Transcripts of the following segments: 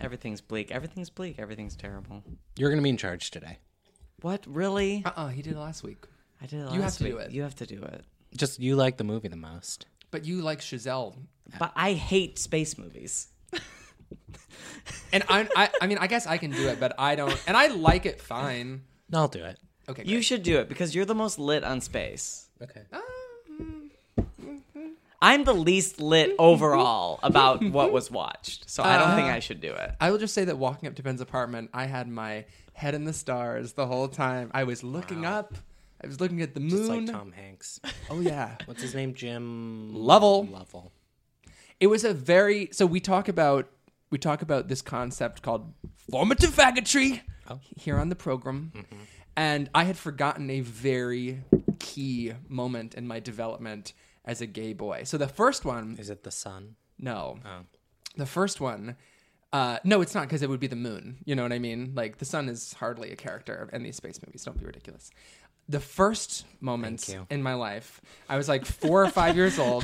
everything's bleak. Everything's bleak. Everything's terrible. You're going to be in charge today. What really? Uh uh he did it last week. I did it last you have to week. do it. You have to do it. Just you like the movie the most. But you like Chazelle. But I hate space movies. And I, I I mean I guess I can do it, but I don't and I like it fine. No, I'll do it. Okay. You should do it because you're the most lit on space. Okay. I'm the least lit overall about what was watched, so I don't think Uh, I should do it. I will just say that walking up to Ben's apartment, I had my head in the stars the whole time. I was looking up. I was looking at the moon. Just like Tom Hanks. Oh yeah. What's his name? Jim Lovell. Lovell. it was a very so we talk about we talk about this concept called formative faggotry Oh. here on the program Mm-hmm. and i had forgotten a very key moment in my development as a gay boy so the first one Is it the son? no the first one uh, no it's not because it would be the moon you know what i mean like the sun is hardly a character in these space movies don't be ridiculous the first moments you. in my life i was like four or five years old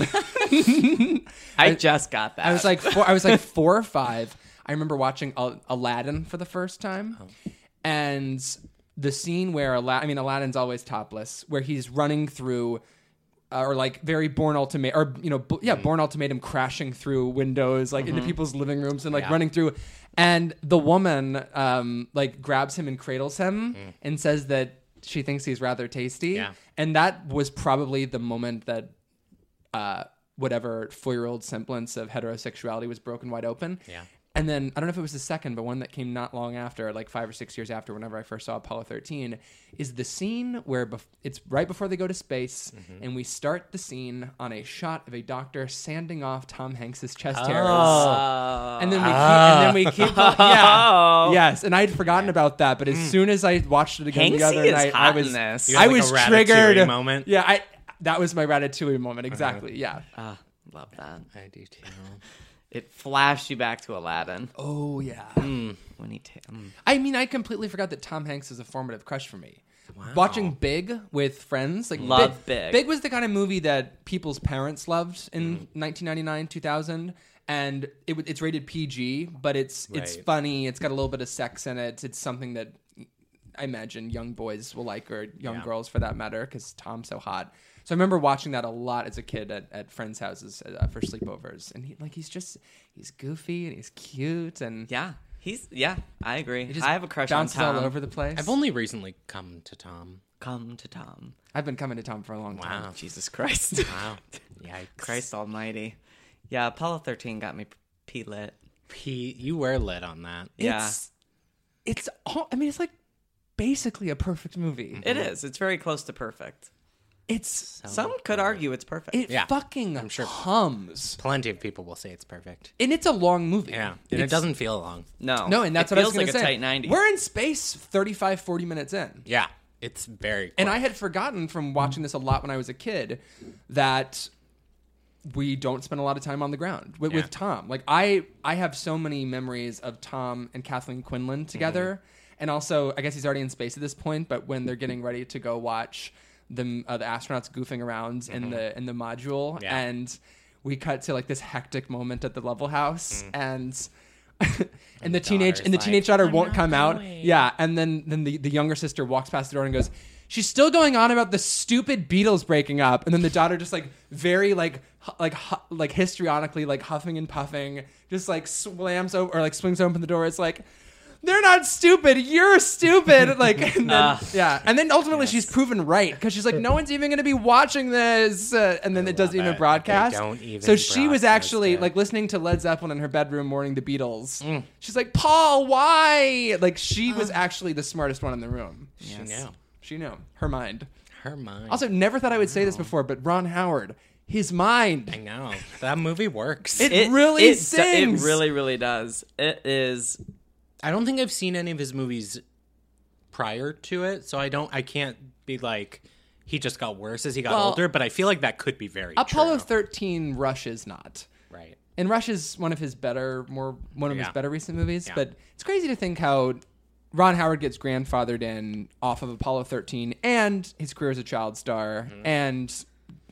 I just got that. I was like, four, I was like four or five. I remember watching Al- Aladdin for the first time, and the scene where Aladdin, I mean, Aladdin's always topless, where he's running through, uh, or like very Born Ultimatum, or you know, b- yeah, Born Ultimatum, crashing through windows, like into people's living rooms, and like running through, and the woman um, like grabs him and cradles him, and says that she thinks he's rather tasty, Yeah. and that was probably the moment that uh, whatever four year old semblance of heterosexuality was broken wide open. Yeah. And then I don't know if it was the second, but one that came not long after, like five or six years after, whenever I first saw Apollo 13, is the scene where bef- it's right before they go to space, and we start the scene on a shot of a doctor sanding off Tom Hanks's chest hairs. Uh, And then we keep, and then we keep, yeah, yes. And I'd forgotten about that, but as soon as I watched it again the Hanksy other is night, hot I was, in this. You had, I like, a was Ratatouille triggered. moment. Yeah, I that was my Ratatouille moment exactly. Yeah. Ah, love that. I do too. It flashed you back to Aladdin Oh yeah. when he. ta- mm. I mean, I completely forgot that Tom Hanks is a formative crush for me. Watching Big with friends, like Love Big. Big was the kind of movie that people's parents loved in 1999, 2000, and it, w- it's rated PG, but it's it's Right. funny. It's got a little bit of sex in it. It's something that I imagine young boys will like, or young girls for that matter, because Tom's so hot. So I remember watching that a lot as a kid at, at friends' houses uh, for sleepovers, and he like he's just he's goofy and he's cute and Yeah, he's yeah. I agree. it just I have a crush on bounces Tom. all over the place. I've only recently come to Tom. Come to Tom. I've been coming to Tom for a long time. Wow. Jesus Christ. Ah, Wow. Yikes. Christ Almighty. Yeah, Apollo 13 got me p lit. P, you were lit on that. Yeah, It's it's all I mean it's like basically a perfect movie. it is. It's very close to perfect. It's Some could argue it's perfect. Oh, it Yeah. fucking sure. hums. Plenty of people will say it's perfect. And it's a long movie. Yeah. And it doesn't feel long. no, No, and that's it what feels I like was gonna a say. tight 90. We're in space 35 40 minutes in. Yeah. It's very And I had forgotten from watching this a lot when I was a kid that we don't spend a lot of time on the ground with, Yeah. with Tom. Like I, I have so many memories of Tom and Kathleen Quinlan Mm-hmm. together, and also I guess he's already in space at this point. But when they're getting ready to go watch the uh, the astronauts goofing around in the in the module, Mm-hmm. Yeah. and we cut to like this hectic moment at the level house, and. and, the, Mm. teenage daughter's and the like, teenage daughter "I'm won't not come out. going." Yeah, and then then the, the younger sister walks past the door and goes, "She's still going on about the stupid Beatles breaking up." And then the daughter just like very like hu- like hu- like histrionically like huffing and puffing, just like slams over or like swings open the door. It's like they're not stupid. You're stupid. Like and then, yeah, and then ultimately she's proven right because she's like, no one's even going to be watching this, uh, and then it doesn't love even it. broadcast. They don't even so she was broadcast actually it. Mm. like listening to Led Zeppelin in her bedroom, mourning the Beatles. She's like, Paul, why? Like she Uh. was actually the smartest one in the room. She knew. She knew her mind. Her mind. Also, never thought I would say this before, but Ron Howard, his mind. I know. That movie works. It- really do- sings. It really, really does. It is. I don't think I've seen any of his movies prior to it, so I don't I can't be like he just got worse as he got Well, older, but I feel like that could be very Apollo true. thirteen rushes not. right. And Rush is one of his better, more one of Yeah. his better recent movies. Yeah. But it's crazy to think how Ron Howard gets grandfathered in off of Apollo 13 and his career as a child star, and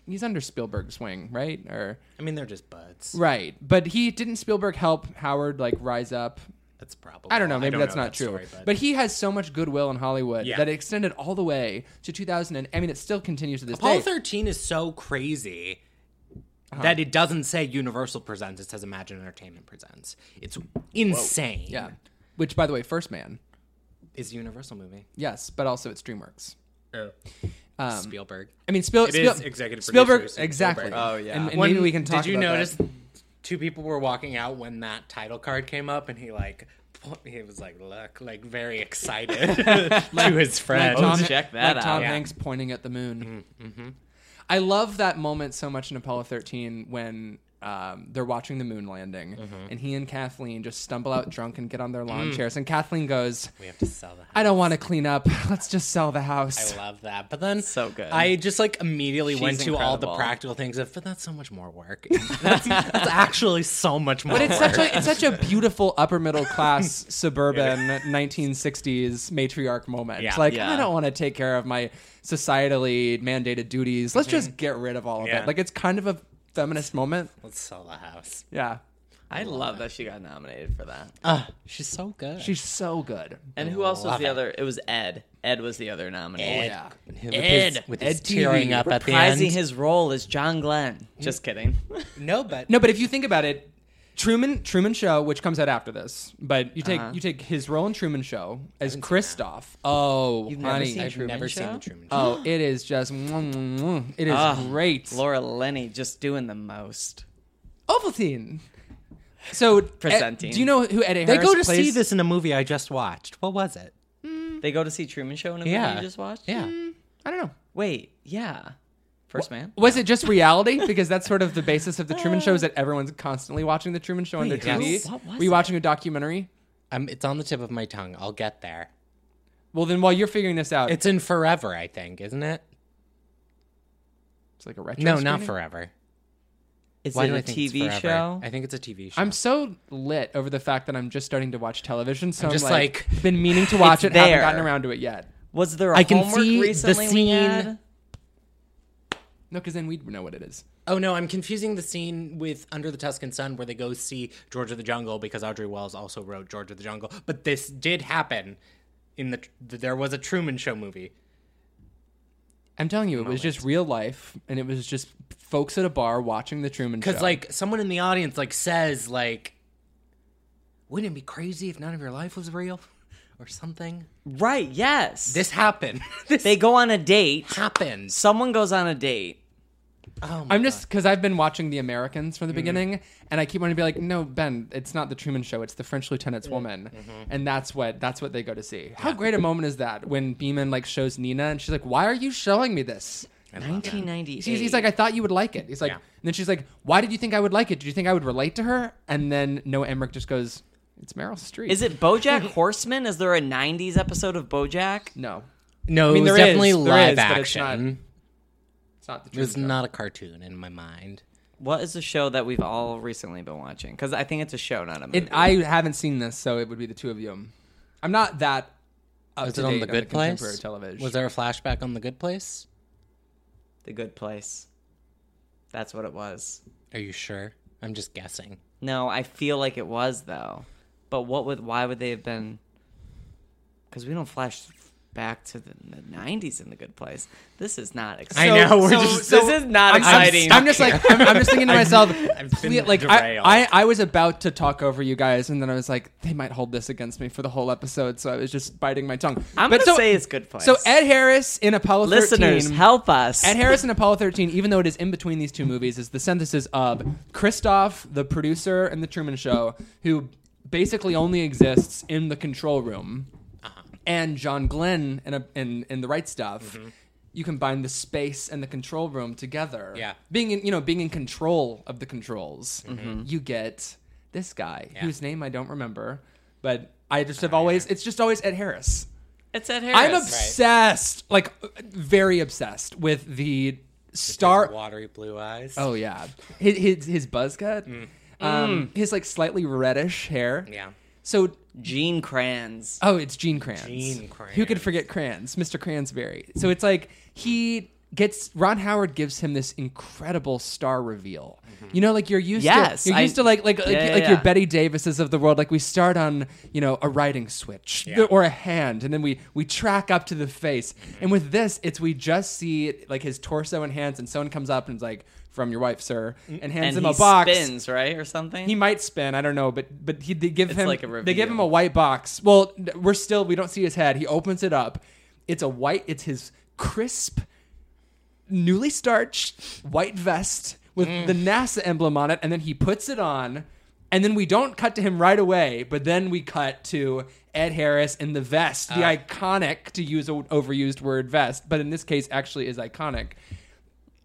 he's under Spielberg's wing, right? Or I mean they're just buds. right, but he didn't Spielberg help Howard like rise up That's probably. I don't know. Maybe that's not that true. story, but. he has so much goodwill in Hollywood Yeah. that it extended all the way to 2000. And I mean, it still continues to this Apollo day. 13 is so crazy Uh-huh. that it doesn't say Universal presents, it says Imagine Entertainment presents. It's insane. yeah. Which, by the way, First Man. Is a Universal movie. Yes, but also it's DreamWorks. Um, Spielberg. I mean, Spiel, It Spiel- is executive Spielberg. producer, Steven exactly. Spielberg. Oh, yeah. And, and When- maybe we can talk. Did you about that. notice two people were walking out when that title card came up and he like po- he was like look like very excited to his Oh, friend. Like Tom, check that like Tom out. Yeah. Hanks pointing at the moon. Mm-hmm, I love that moment so much in Apollo 13 when um, they're watching the moon landing, Mm-hmm. and he and Kathleen just stumble out drunk and get on their lawn Mm. chairs, and Kathleen goes, we have to sell that. "I don't want to clean up. Let's just sell the house." I love that. But then So good. I just like immediately She's went to all the incredible. practical things of, but that's so much more work. that's, that's actually so much more. but it's work. such a it's such a beautiful upper middle class suburban 1960s matriarch moment. Yeah. like Yeah. I don't want to take care of my societally mandated duties. Let's Mm-hmm. just get rid of all of Yeah. it. Like it's kind of a feminist moment. Let's sell the house. Yeah. I love that she got nominated for that. Ah, she's so good. She's so good. And who else was Love the it. other? It was Ed. Ed was the other nominee. Yeah. with Ed. his, with his Ed TV, tearing up at the end. Reprising his role as John Glenn. Just kidding. no, but No, but if you think about it, Truman Truman Show, which comes out after this, but you take Uh-huh. you take his role in Truman Show as Kristoff. Oh, You've never honey, seen I- I've Truman never Show? seen the Truman Show. oh, it is just mwah, mwah, mwah. it is Ah, great. Laura Lenny just doing the most. Ovaltine. So Ed- Presenting. do you know who Eddie They Harris go to plays? see this in a movie I just watched. What was it? They go to see Truman Show in a Yeah. movie you just watched? Yeah. I don't know. Wait, yeah. First Man? Was it just reality? Because that's sort of the basis of the Truman Show is that everyone's constantly watching the Truman Show on their Wait, TV. yes. What was Were you watching a documentary? Um, it's on the tip of my tongue. I'll get there. Well, then while you're figuring this out, it's, It's in Forever, I think, isn't it? like a retro. No, not screening? forever. Is Why it do a I think it's TV Forever? show? I think it's a TV show. I'm so lit over the fact that I'm just starting to watch television. So I'm, just like, like, been meaning to watch it, it's haven't there. gotten around to it yet. Was there a I can homework see the recently we scene. had? No, because then we'd know what it is. Oh no, I'm confusing the scene with Under the Tuscan Sun where they go see George of the Jungle because Audrey Wells also wrote George of the Jungle. But this did happen in the there was a Truman Show movie. I'm telling you, it was just real life, and it was just folks at a bar watching the Truman Show. Cuz like someone in the audience like says like wouldn't it be crazy if none of your life was real or something? Right, yes. This happened. this they go on a date. happens. Someone goes on a date. Oh my I'm just because I've been watching The Americans Mm-hmm. from the beginning, and I keep wanting to be like, no, Ben, it's not the Truman Show; it's the French Mm-hmm. Lieutenant's woman, and that's what that's what they go to see. How great a moment is that when Beeman like shows Nina, and she's like, "Why are you showing me this?" 1998. He's, he's like, I thought you would like it. He's like, Yeah. and then she's like, why did you think I would like it? Did you think I would relate to her? And then Noah Emmerich just goes, it's Meryl Streep. Is it BoJack Horseman? Is there a '90s episode of BoJack? No, No, I mean, Oh, it was there is- definitely there live is, but it's action. it's not the it was truth. not a cartoon in my mind. What is the show that we've all recently been watching? Because I think it's a show, not a movie. It, I haven't seen this, so it would be the two of you. I'm not that. Up Was to it on date the Good Contemporary Place? television. Was there a flashback on the Good Place? the Good Place. That's what it was. Are you sure? I'm just guessing. No, I feel like it was though. But what would? Why would they have been? Because we don't flash back to the, the '90s in the Good Place. This is not exciting. I know we're so- just so- this is not I'm, I'm- exciting. I'm just like I'm, I'm just thinking to myself. I've been ple- like I, derailed. I, I was about to talk over you guys, and then I was like, they might hold this against me for the whole episode, so I was just biting my tongue. I'm But gonna so- say it's Good Place. So Ed Harris in Apollo listeners, 13. help us. Ed Harris in Apollo 13, even though it is in between these two movies, is the synthesis of Christoph, the producer in The Truman Show, who basically only exists in the control room, and John Glenn in, a, in, in The Right Stuff. You combine the space and the control room together. Yeah. being in you know being in control of the controls, you get this guy whose name I don't remember, but I just have always it's just always Ed Harris. it's Ed Harris. I'm obsessed, like very obsessed with the star. watery blue eyes. oh yeah, his his, his buzz cut, um, his like slightly reddish hair. yeah. So Gene Kranz. oh, it's Gene Kranz. Gene Who could Kranz. forget Kranz, Mr. Cransberry? So it's like he gets Ron Howard gives him this incredible star reveal. You know, like you're used Yes, to you're I- used to like like like, yeah, like yeah, your yeah. Betty Davises of the world. Like we start on you know a writing switch or a hand, and then we we track up to the face. And with this, it's we just see like his torso and hands, and someone comes up and is like, "From your wife, sir," and hands Mm, and him he a box. spins right or something. He might spin. I don't know, but but he, they give It's him like a they give him reveal. a white box. Well, we're still we don't see his head. He opens it up. It's a white. It's his crisp, newly starched white vest with Mm. the NASA emblem on it, and then he puts it on. And then we don't cut to him right away, but then we cut to Ed Harris in the vest, Ah. the iconic, to use an overused word, vest, but in this case actually is iconic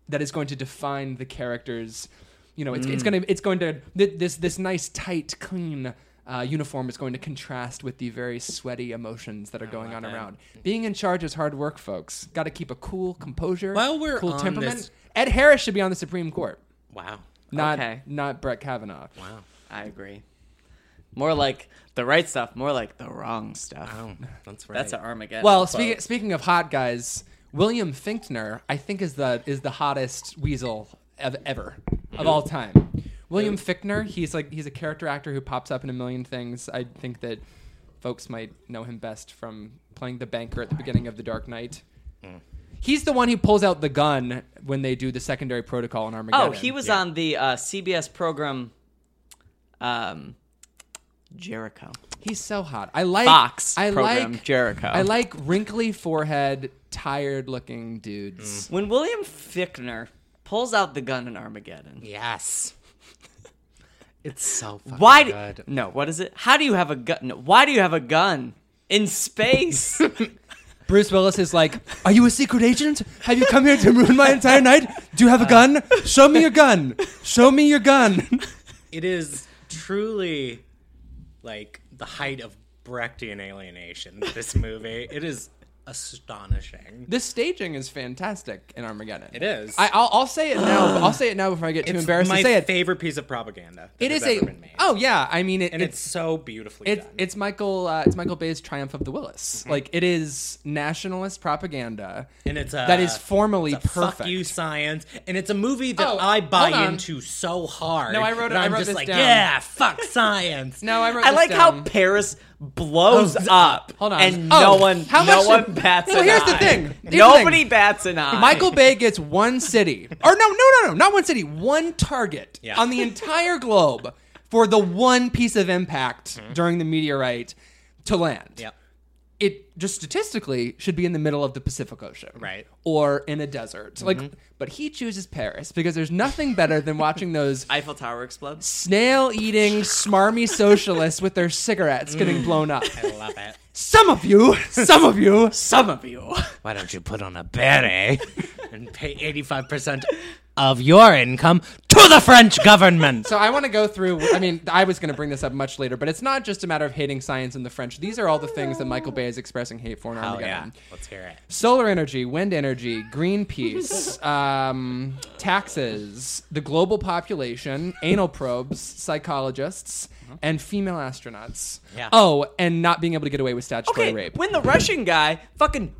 that is going to define the characters. You know, it's, it's Mm. going to it's going to th- this this nice tight clean uh, uniform is going to contrast with the very sweaty emotions that are going on around. Being in charge is hard work, folks. Got to keep a cool composure, While we're cool on temperament. this- Ed Harris should be on the Supreme Court, Wow. not Okay. not Brett Kavanaugh. Wow. I agree. More like the right stuff, more like the wrong stuff. Oh, that's right. That's an Armageddon. Well, quote. speaking speaking of hot guys, William Finkner, I think is the is the hottest weasel of, ever of all time. William Finkner, he's like he's a character actor who pops up in a million things. I think that folks might know him best from playing the banker at the beginning of The Dark Knight. Hmm. He's the one who pulls out the gun when they do the secondary protocol in Armageddon. Oh, he was Yeah. on the uh, CBS program um, Jericho. He's so hot. I like Fox I program like Jericho. I like wrinkly forehead, tired looking dudes. When William Fickner pulls out the gun in Armageddon, yes. It's so fucking why? good. Do, no, what is it? How do you have a gun? No, why do you have a gun in space? Bruce Willis is like, "Are you a secret agent? Have you come here to ruin my entire night? Do you have a gun? Show me your gun. Show me your gun." It is truly like the height of Brechtian alienation. This movie. it is astonishing. This staging is fantastic in Armageddon. It is. I, I'll, I'll say it now. I'll say it now before I get too it's embarrassed my to say it. favorite piece of propaganda. that It has is a. ever been made. Oh yeah, I mean it, and it's, it's so beautifully it's done. Mm-hmm. it's Michael uh, it's Michael Bay's Triumph of the Willis. Like it is nationalist propaganda. and it's a, that is formally it's a perfect. Fuck you, science. And it's a movie that Oh, I buy hold on. into so hard. No, I wrote it- that I I'm wrote just this like, down. yeah, fuck science. No, I wrote. I this like how down. Paris blows Oh, up. hold on. and Oh, no one, how no much- one bats Well, an here's the eye. thing. Here's the thing. Nobody bats an eye. Michael Bay gets one city, or no, no, no, no, not one city, one target Yeah. on the entire globe for the one piece of impact Mm-hmm. during the meteorite to land. Yep. It just statistically should be in the middle of the Pacific Ocean, Right. Mm-hmm. or in a desert. Like, but he chooses Paris because there's nothing better than watching those Eiffel Tower explodes. snail-eating, smarmy socialists with their cigarettes Mm. getting blown up. I love it. Some of you, some of you, Some of you. Why don't you put on a beret and pay 85% of your income to the French government? So I want to go through. I mean, I was going to bring this up much later, but it's not just a matter of hating science and the French. These are all the things that Michael Bay is expressing hate for in Oh, Armageddon. yeah. Let's hear it. Solar energy, wind energy, Greenpeace, um, taxes, the global population, anal probes, psychologists, and female astronauts. Mm-hmm. Yeah. Oh, and not being able to get away with statutory Okay, rape. when the Russian guy fucking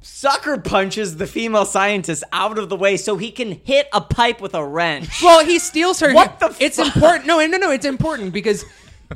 sucker punches the female scientist out of the way so he can hit a pipe with a wrench. Well, he steals her. What the It's important. No, no, no. It's important because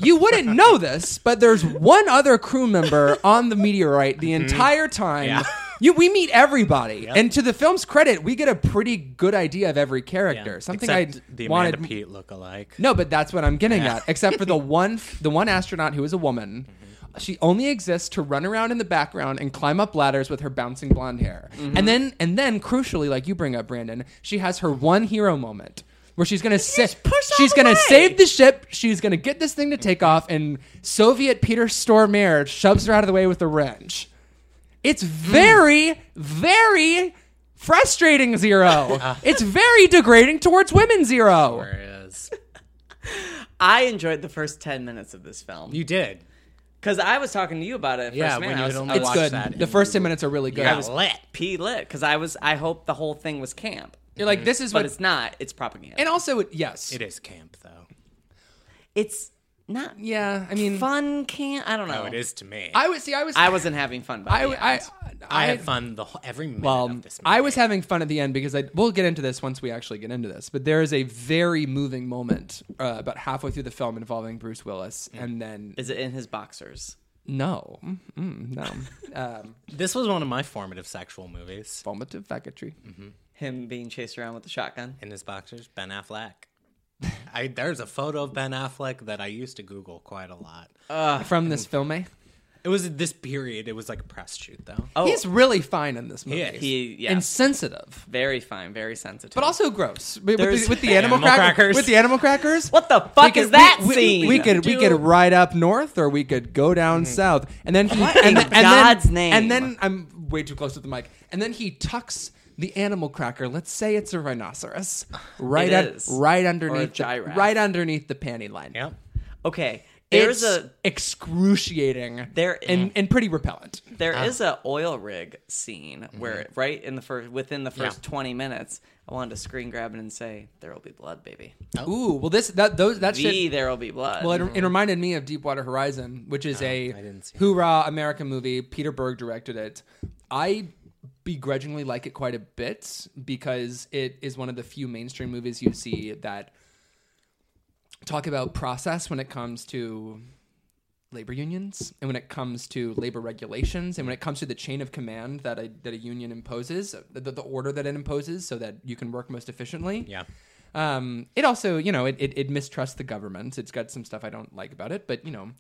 you wouldn't know this, but there's one other crew member on the meteorite the entire time. Mm-hmm. Yeah. You, we meet everybody, and to the film's credit, we get a pretty good idea of every character. Something Except I the wanted. Amanda Pete look-alike. No, but that's what I'm getting at. Except for the one, the one astronaut who is a woman. Mm-hmm. She only exists to run around in the background and climb up ladders with her bouncing blonde hair. Mm-hmm. And then, and then, crucially, like you bring up, Brandon, she has her one hero moment where she's gonna sa- just push out she's the gonna way. save the ship. She's gonna get this thing to take off, and Soviet Peter Stormare shoves her out of the way with a wrench. Hmm. It's very, very frustrating, Zero. it's very degrading towards women, Zero. Whereas I enjoyed the first 10 minutes of this film. you did. Because I was talking to you about it. at Yeah, first when man. you I was, had only I was It's watched good. that The and first ten minutes are really good. Yeah, lit. pee lit. Because I was, I hoped the whole thing was camp. You're like, this is But what. it's not. It's propaganda. and also, it- yes, It is camp, though. it's not yeah. I mean, fun camp. I don't know. Oh, it is to me. I was see. I was. I wasn't having fun by I, the I, end. I, had fun the whole, every minute Well, of this. Movie. I was having fun at the end because I we'll get into this once we actually get into this, but there is a very moving moment uh, about halfway through the film involving Bruce Willis, and then Is it in his boxers? no, Mm-mm, no, um, This was one of my formative sexual movies. formative faculty. Him being chased around with a shotgun. In his boxers, Ben Affleck. I, there's a photo of Ben Affleck that I used to Google quite a lot. from this film. Eh? It was this period. It was like a press shoot, though. Oh, He's really fine in this movie. is. he yeah, Insensitive, very fine, very sensitive. but also gross. With, with There's- the, with the animal, Animal cracker- crackers. With the animal crackers. what the fuck We is could- that we, we- scene? Mm-hmm. We, could we could Dude. ride up north, or we could go down south, and then he, and, in then- and God's then, name? And then I'm way too close to the mic. And then he tucks the animal cracker. Let's say it's a rhinoceros, right It at, is. right underneath the, giraffe. right underneath the panty line. Yep. okay. It's There's a excruciating There- mm, and, and pretty repellent. There is a oil rig scene where Mm-hmm. right in the first within the first 20 minutes I wanted to screen grab it and say there will be blood baby. Ooh, well this that those that The shit there will be blood. Well, it, it reminded Oh, me of Deepwater Horizon, which is a didn't see hoorah American movie. Peter Berg directed it. I begrudgingly like it quite a bit because it is one of the few mainstream movies you see that talk about process when it comes to labor unions and when it comes to labor regulations and when it comes to the chain of command that a, that a union imposes, the, the order that it imposes so that you can work most efficiently. Yeah. Um, it also, you know, it, it, it mistrusts the government. It's got some stuff I don't like about it, but you know,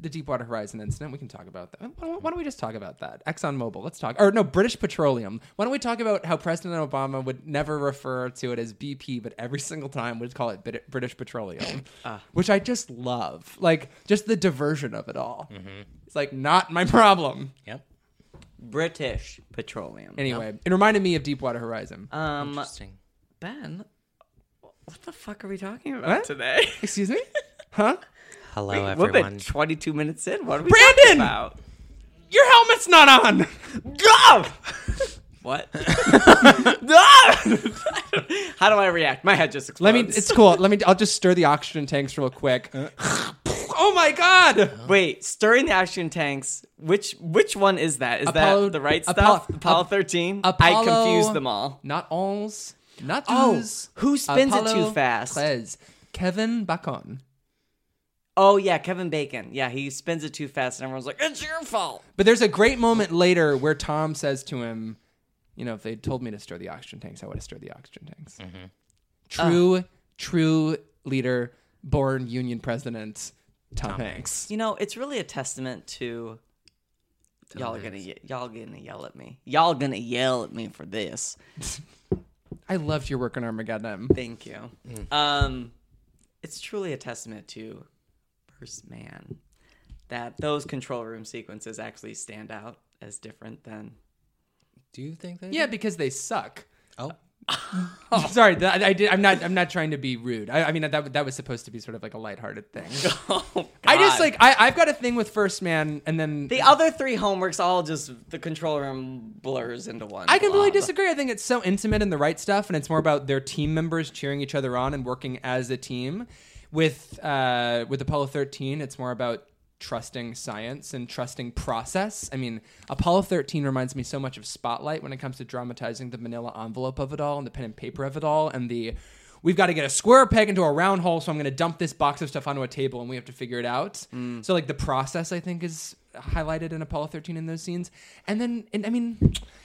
the Deepwater Horizon incident, we can talk about that. Why don't, why don't we just talk about that? ExxonMobil, let's talk. Or no, British Petroleum. Why don't we talk about how President Obama would never refer to it as BP, but every single time would call it Bit- British Petroleum, which I just love. Like, just the diversion of it all. It's like, not my problem. Yep. British Petroleum. Anyway, it reminded me of Deepwater Horizon. Um Interesting. Ben, what the fuck are we talking about today? Excuse me? Huh? Hello, We've everyone. been 22 minutes in. What are we Brandon! talking about? Your helmet's not on! Go! what? How do I react? My head just Let explodes. me. It's cool. Let me. I'll just stir the oxygen tanks real quick. Uh. oh my god! Wait, stirring the oxygen tanks. Which which one is that? Is Apollo- that the right Apollo- stuff? Apollo Ap- thirteen. I Apollo- confused them all. Not alls. Not Oh, twos. who spins it Apollo too fast? Clez. Kevin Bacon. Oh yeah, Kevin Bacon. Yeah, he spins it too fast, and everyone's like, "It's your fault." But there's a great moment later where Tom says to him, "You know, if they'd told me to stir the oxygen tanks, I would have stirred the oxygen tanks." Mm-hmm. True, true leader, born union president, Tom, Hanks. You know, it's really a testament to y'all are gonna ye- y'all gonna yell at me. Y'all gonna yell at me for this. I loved your work on Armageddon. Thank you. Mm. Um, it's truly a testament to First Man that those control room sequences actually stand out as different than Do you think that? Yeah, because they suck. Oh. Sorry, that, I did. I'm not. I'm not trying to be rude. I, I mean, that that was supposed to be sort of like a lighthearted thing. I just like I, I've got a thing with First Man, and then The other three homeworks all just the control room blurs into one. I completely blob. disagree. I think it's so intimate in the right stuff, and it's more about their team members cheering each other on and working as a team. With uh, with Apollo 13, it's more about trusting science and trusting process. I mean, Apollo 13 reminds me so much of Spotlight when it comes to dramatizing the manila envelope of it all and the pen and paper of it all and the we've got to get a square peg into a round hole so i'm going to dump this box of stuff onto a table and we have to figure it out so like the process i think is highlighted in apollo 13 in those scenes and then and i mean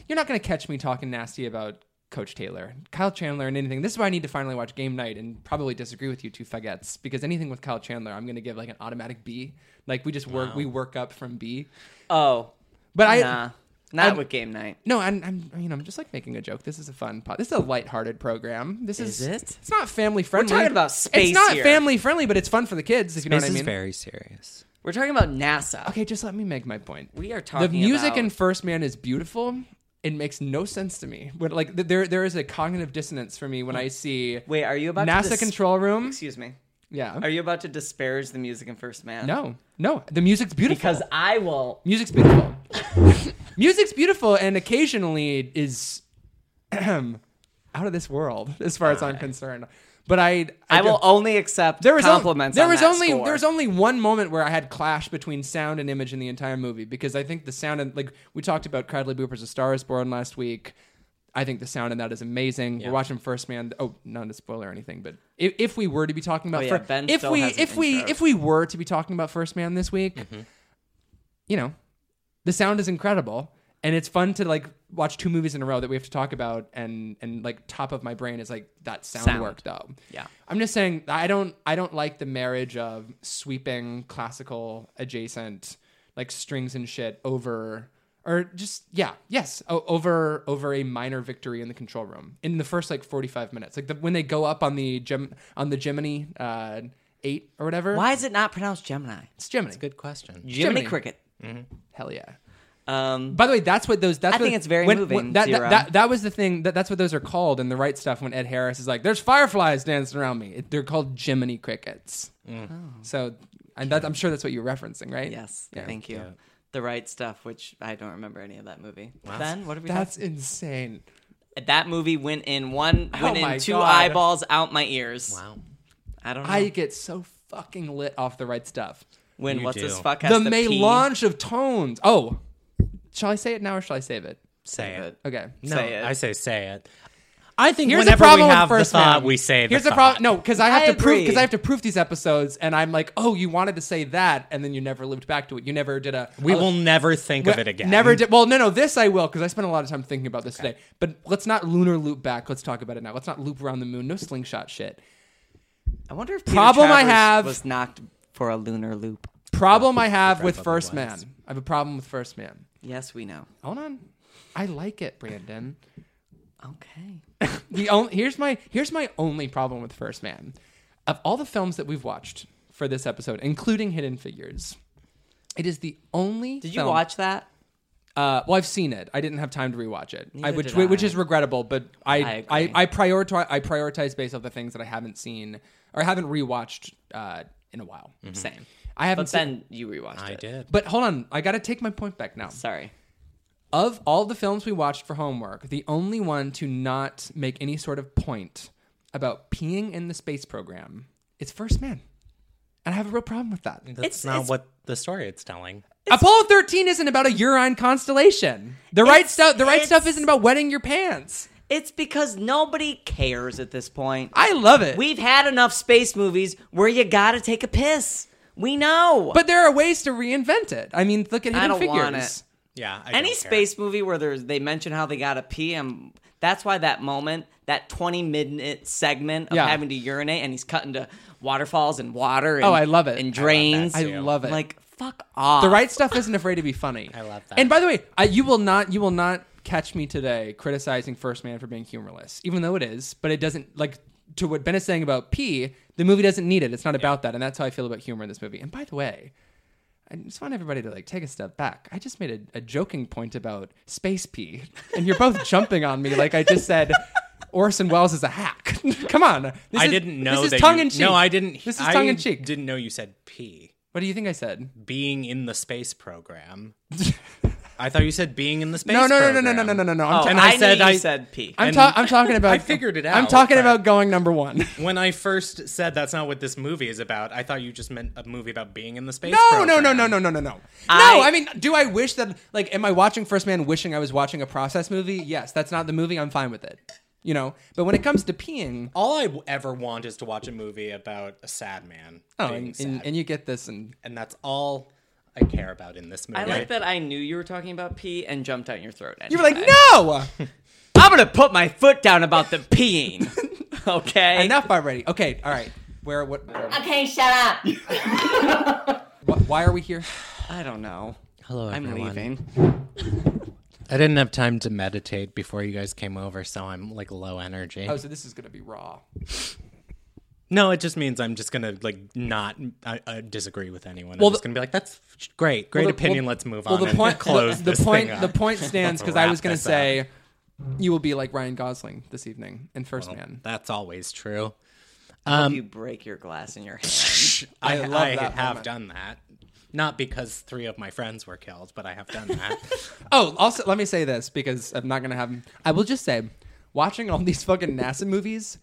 you're not going to catch me talking nasty about coach taylor kyle chandler and anything this is why i need to finally watch game night and probably disagree with you two faggots because anything with kyle chandler i'm going to give like an automatic b like we just work we work up from b Oh, but i nah, not I- with game night. no, I'm, I'm, I mean, I'm just like making a joke. This is a fun pod. This is a lighthearted program. This is, Is it? It's not family friendly. talking about space It's not here. family friendly, but it's fun for the kids. If you know This what I is mean. very serious. We're talking about NASA. Okay, just let me make my point. We are The talking music about- in First Man is beautiful. It makes no sense to me. When, like th- there, there is a cognitive dissonance for me when I see Wait, are you about to NASA dis- control room. Excuse me. Yeah. Are you about to disparage the music in First Man? No, no. The music's beautiful. because I will. Music's beautiful. Music's beautiful and occasionally is out of this world as far as I'm concerned. But I, I will only accept There was on- compliments. there on was that only score. there was only one moment where I had clash between sound and image in the entire movie because I think the sound and like we talked about Cradley Booper's A Star Is Born last week. I think the sound in that is amazing. We're watching First Man. Oh, not to spoil or anything, but if, if we were to be talking about Oh, yeah, Fir- Ben if still we has an if we intro. Mm-hmm. if we were to be talking about First Man this week, you know, the sound is incredible and it's fun to like watch two movies in a row that we have to talk about and and like top of my brain is like that sound, Sound. work though Yeah. i'm just saying i don't i don't like the marriage of sweeping classical adjacent like strings and shit over or just yeah yes o- over over a minor victory in the control room in the first like 45 minutes like the, when they go up on the gem on the gemini uh eight or whatever Why is it not pronounced Gemini? it's gemini Good question. Jiminy Gemini. Cricket. hell yeah Um, By the way, that's what those. That's I what- think it's very when, moving, when- that, that, Zero. that, that was the thing. That, that's what those are called in the right stuff. When Ed Harris is like, "There's fireflies dancing around me," It- they're called Jiminy crickets. So, and that, I'm sure that's what you're referencing, right? Oh. yes, Yeah. thank you. The right stuff, which I don't remember any of that movie. Wow. Ben, what have we That's insane. got? That movie went in one, Oh went my in two God. eyeballs out my ears. Wow. I don't know I get so fucking lit off the right stuff. when You what's do. this fuck has the to pee. melange of tones. Oh, shall I say it now or shall I save it? Say Save it. it. Okay. No, Say it. I say say it. I think Here's the whenever problem we with have first the thought, man. we say the Here's the, thought. problem. No, because I have I to prove because agree. I have to proof these episodes, and I'm like, oh, you wanted to say that, and then you never lived back to it. You never did a. We a- will never think of it again. Never did. Well, no, no. This I will because I spent a lot of time thinking about this today. But let's not lunar loop back. Let's talk about it now. Let's not loop around the moon. No slingshot shit. I wonder if Peter Problem I Travers have- was knocked for a lunar loop. Problem I have with Grandfather First Man. Wise. I have a problem with First Man. Yes, we know. Hold on. I like it, Brandon. Okay. the only here's my here's my only problem with First Man. Of all the films that we've watched for this episode, including Hidden Figures, it is the only. Did you watch that? Uh, well, I've seen it. I didn't have time to rewatch it, I, Neither which did which I. is regrettable. But I I I, I, agree. prioritize I prioritize based off the things that I haven't seen or haven't rewatched uh, in a while. Mm-hmm. Same. I Hmm. haven't But seen. then you rewatched I it. did. but hold on, I got to take my point back now. Sorry. Of all the films we watched for homework, the only one to not make any sort of point about peeing in the space program is First Man. And I have a real problem with that. That's It's- not it's- what the story it's telling. Apollo 13 isn't about a urine constellation. The right It's- stuff the right stuff it's- isn't about wetting your pants. It's because nobody cares at this point. I love it. We've had enough space movies where you gotta take a piss. We know. but there are ways to reinvent it. I mean, look at Hidden I don't Figures. want it. Yeah. I Any don't care. space movie where there's they mention how they gotta pee, and that's why that moment, that twenty minute segment of Yeah. having to urinate, and he's cutting to waterfalls and water. And, Oh, I love it. And drains. I too. love it. Like fuck off. the right stuff isn't afraid to be funny. I love that. And by the way, I, you will not you will not catch me today criticizing First Man for being humorless, even though it is. But it doesn't like to what Ben is saying about P. The movie doesn't need it. It's not about that, and that's how I feel about humor in this movie. And by the way. I just want everybody to like take a step back. I just made a, a joking point about space pee, and you're both jumping on me like I just said Orson Welles is a hack. Come on, This I is- didn't know This is that tongue you- in cheek. No, I didn't. This is I tongue in cheek. Didn't know you said P. What do you think I said? Being in the space program. I thought you said being in the space. No, no, no, no, program. no, no, no, no, no, no. I'm Oh, ta- And and I I, said knew you I- said pee. I'm, And- ta- I'm talking about. I figured it I'm out, talking but- about going number one. When I first said that's not what this movie is about, I thought you just meant a movie about being in the space. No, program. no, no, no, no, no, no, no. no, I- I mean, do I wish that? Like, am I watching First Man wishing I was watching a process movie? Yes, that's not the movie. I'm fine with it. You know, but when it comes to peeing, All I w- ever want is to watch a movie about a sad man. oh, being and, sad. and, and you get this, and and that's all I care about in this movie. I like that I knew you were talking about pee and jumped out your throat. you were like, anyway. no, I'm gonna put my foot down about the peeing. Okay. enough already. Okay, all right. Where? What? wh- Okay, shut up. Why are we here? I don't know. Hello, I'm leaving. I didn't have time to meditate before you guys came over, so I'm like low energy. Oh, so this is gonna be raw. No, it just means I'm just gonna like not uh, uh, disagree with anyone. Well, I'm just the- gonna be like, "That's great, great Well, the- opinion. well- Let's move well, on." the and point, close the, the this point, thing up. the point stands because I Let's was gonna wrap this say, you will be like Ryan Gosling this evening in First Man. That's always true. Um, Hope you break your glass in your hand. I, love I that have moment. done that, not because three of my friends were killed, but I have done that. Oh, also, let me say this because I'm not going to have. I will just say, watching all these fucking NASA movies,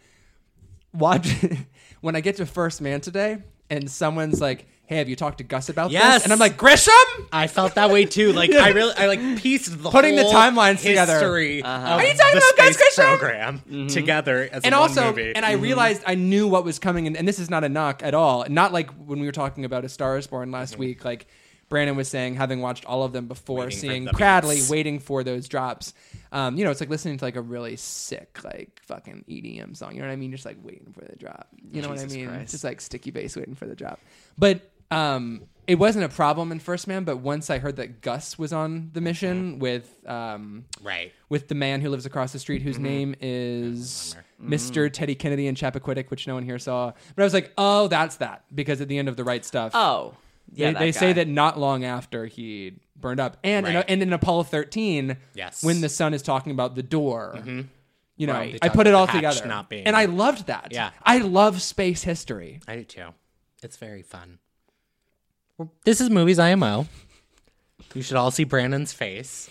watch when I get to First Man today, and someone's like, "Hey, have you talked to Gus about Yes. this?" And I'm like, "Grisham." I felt that way too. Like I really, I like pieced the Putting the whole timelines together. Uh-huh. history of Are you talking the about Ghost space Grisham? program together as And one also, movie. Mm-hmm. and I realized I knew what was coming, and, and this is not a knock at all. Not like when we were talking about A Star Is Born last week. Like Brandon was saying, having watched all of them before, Mm-hmm. Waiting for seeing the Cradley, beats. waiting for those drops. Um, you know, it's like listening to like a really sick, like fucking EDM song. You know what I mean? Just like waiting for the drop. You know what I Jesus mean? Christ. Just like sticky bass waiting for the drop. But um, it wasn't a problem in First Man. But once I heard that Gus was on Mm-hmm. the mission with um, right. with the man who lives across the street Mm-hmm. whose name is Mr. Teddy Kennedy in Chappaquiddick, which no one here saw. But I was like, oh, that's that. Because at the end of the right stuff, Oh, yeah. they, that they say guy. that not long after he burned up. And, in- Right. and in Apollo 13, Yes. Mm-hmm. when the son is talking about the door, you know, Right. They I talk put it about all the hatch together. not being- and I loved that. Yeah. I love space history. I do too. It's very fun. Well, this is movies IMO. You should all see Brandon's face.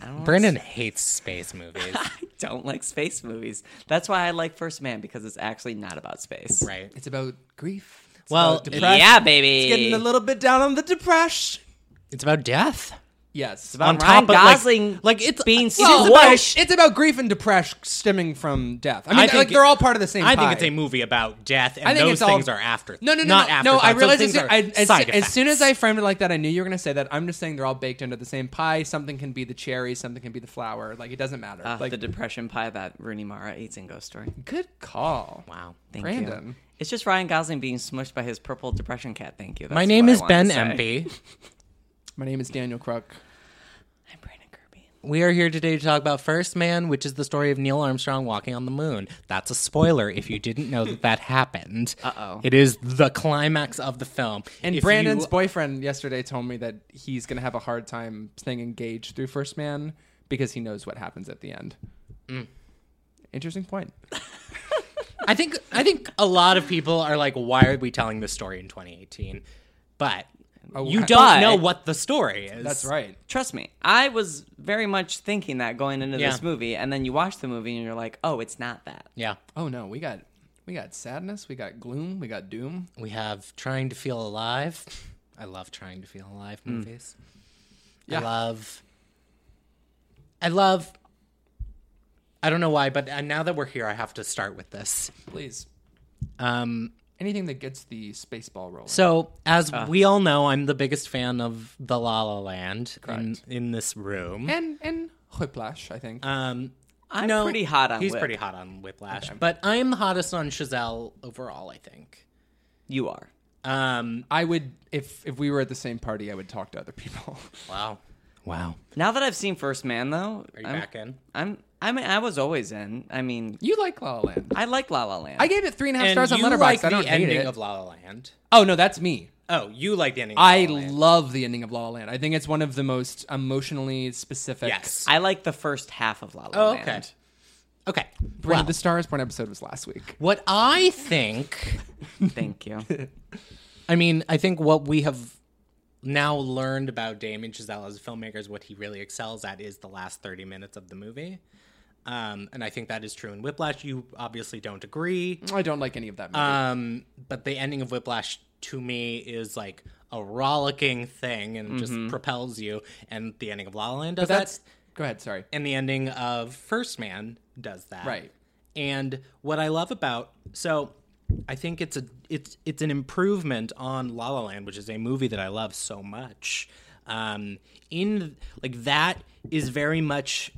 I don't, Brandon hates space movies, don't like space movies. That's why I like First Man because it's actually not about space. right? It's about grief. It's Well, about it- depression. Yeah, baby. Getting a little bit down on the depression. It's about death. Yes. about on top Ryan of, like- Gosling like, it's- being Well, it's, squished. about, it's about grief and depression stemming from death. I mean, I think like it- they're all part of the same. I think pie. it's a movie about death, and I think those it's all- things are after. No, no, no, not no. after. no I realized as, things soon- are I, as, side soo- as soon as effects. I framed it like that, I knew you were going to say that. I'm just saying they're all baked into the same pie. Something can be the cherry, something can be the flower. Like it doesn't matter. Uh, Ah, like the depression pie that Rooney Mara eats in Ghost Story. good call. Wow. Thank Brandon. you. It's just Ryan Gosling being smushed by his purple depression cat. Thank you. That's My name what I is wanted Ben to say. Empey. My name is Daniel Crook. I'm Brandon Kirby. We are here today to talk about First Man, which is the story of Neil Armstrong walking on the moon. That's a spoiler if you didn't know that that happened. Uh Uh-oh. It is the climax of the film. And If Brandon's you- boyfriend yesterday told me that he's going to have a hard time staying engaged through First Man because he knows what happens at the end. Mm. Interesting point. I think I think a lot of people are like, why are we telling this story in 2018? But you I- don't But- know what the story is. Oh, That's right. Trust me, I was very much thinking that going into Yeah. this movie, and then you watch the movie and you're like, oh, it's not that. Yeah. Oh no, we got we got sadness, we got gloom, we got doom. We have Trying to Feel Alive. I love Trying to Feel Alive movies. Yeah. I love. I love. I don't know why, but uh, now that we're here, I have to start with this. Please, Um, anything that gets the space ball rolling. so, as we all know, I'm the biggest fan of the La La Land in, Correct. in this room. and and Whiplash, I think. Um, I'm no, pretty hot on He's Whip. pretty hot on Whiplash, but I am the hottest on Chazelle overall. I think. You are. Um, I would if if we were at the same party, I would talk to other people. wow, wow. Now that I've seen First Man, though, Are you I'm, back in? I'm. I mean, I was always in. I mean, you like La La Land? I like La La Land. I gave it three and a half And stars on you Letterboxd. like I don't the hate ending it. of La La Land. oh no, that's me. Oh, you like the ending. Of I La La Land. love the ending of La La Land. I think it's one of the most emotionally specific. Yes. I like the first half of La La Oh, Land. okay. Okay. Brandon, Well, the Star is Born episode was last week. what I think, Thank you. I mean, I think what we have now learned about Damien Chazelle as a filmmaker is what he really excels at is the last 30 minutes of the movie. Um, and I think that is true in Whiplash. You obviously don't agree. I don't like any of that movie. Um, but the ending of Whiplash to me is like a rollicking thing and just propels you. And the ending of La La Land does that. Mm-hmm. that's go ahead. Sorry. and the ending of First Man does that. Right. And what I love about so I think it's a it's it's an improvement on La La Land, which is a movie that I love so much. Um, in like that is very much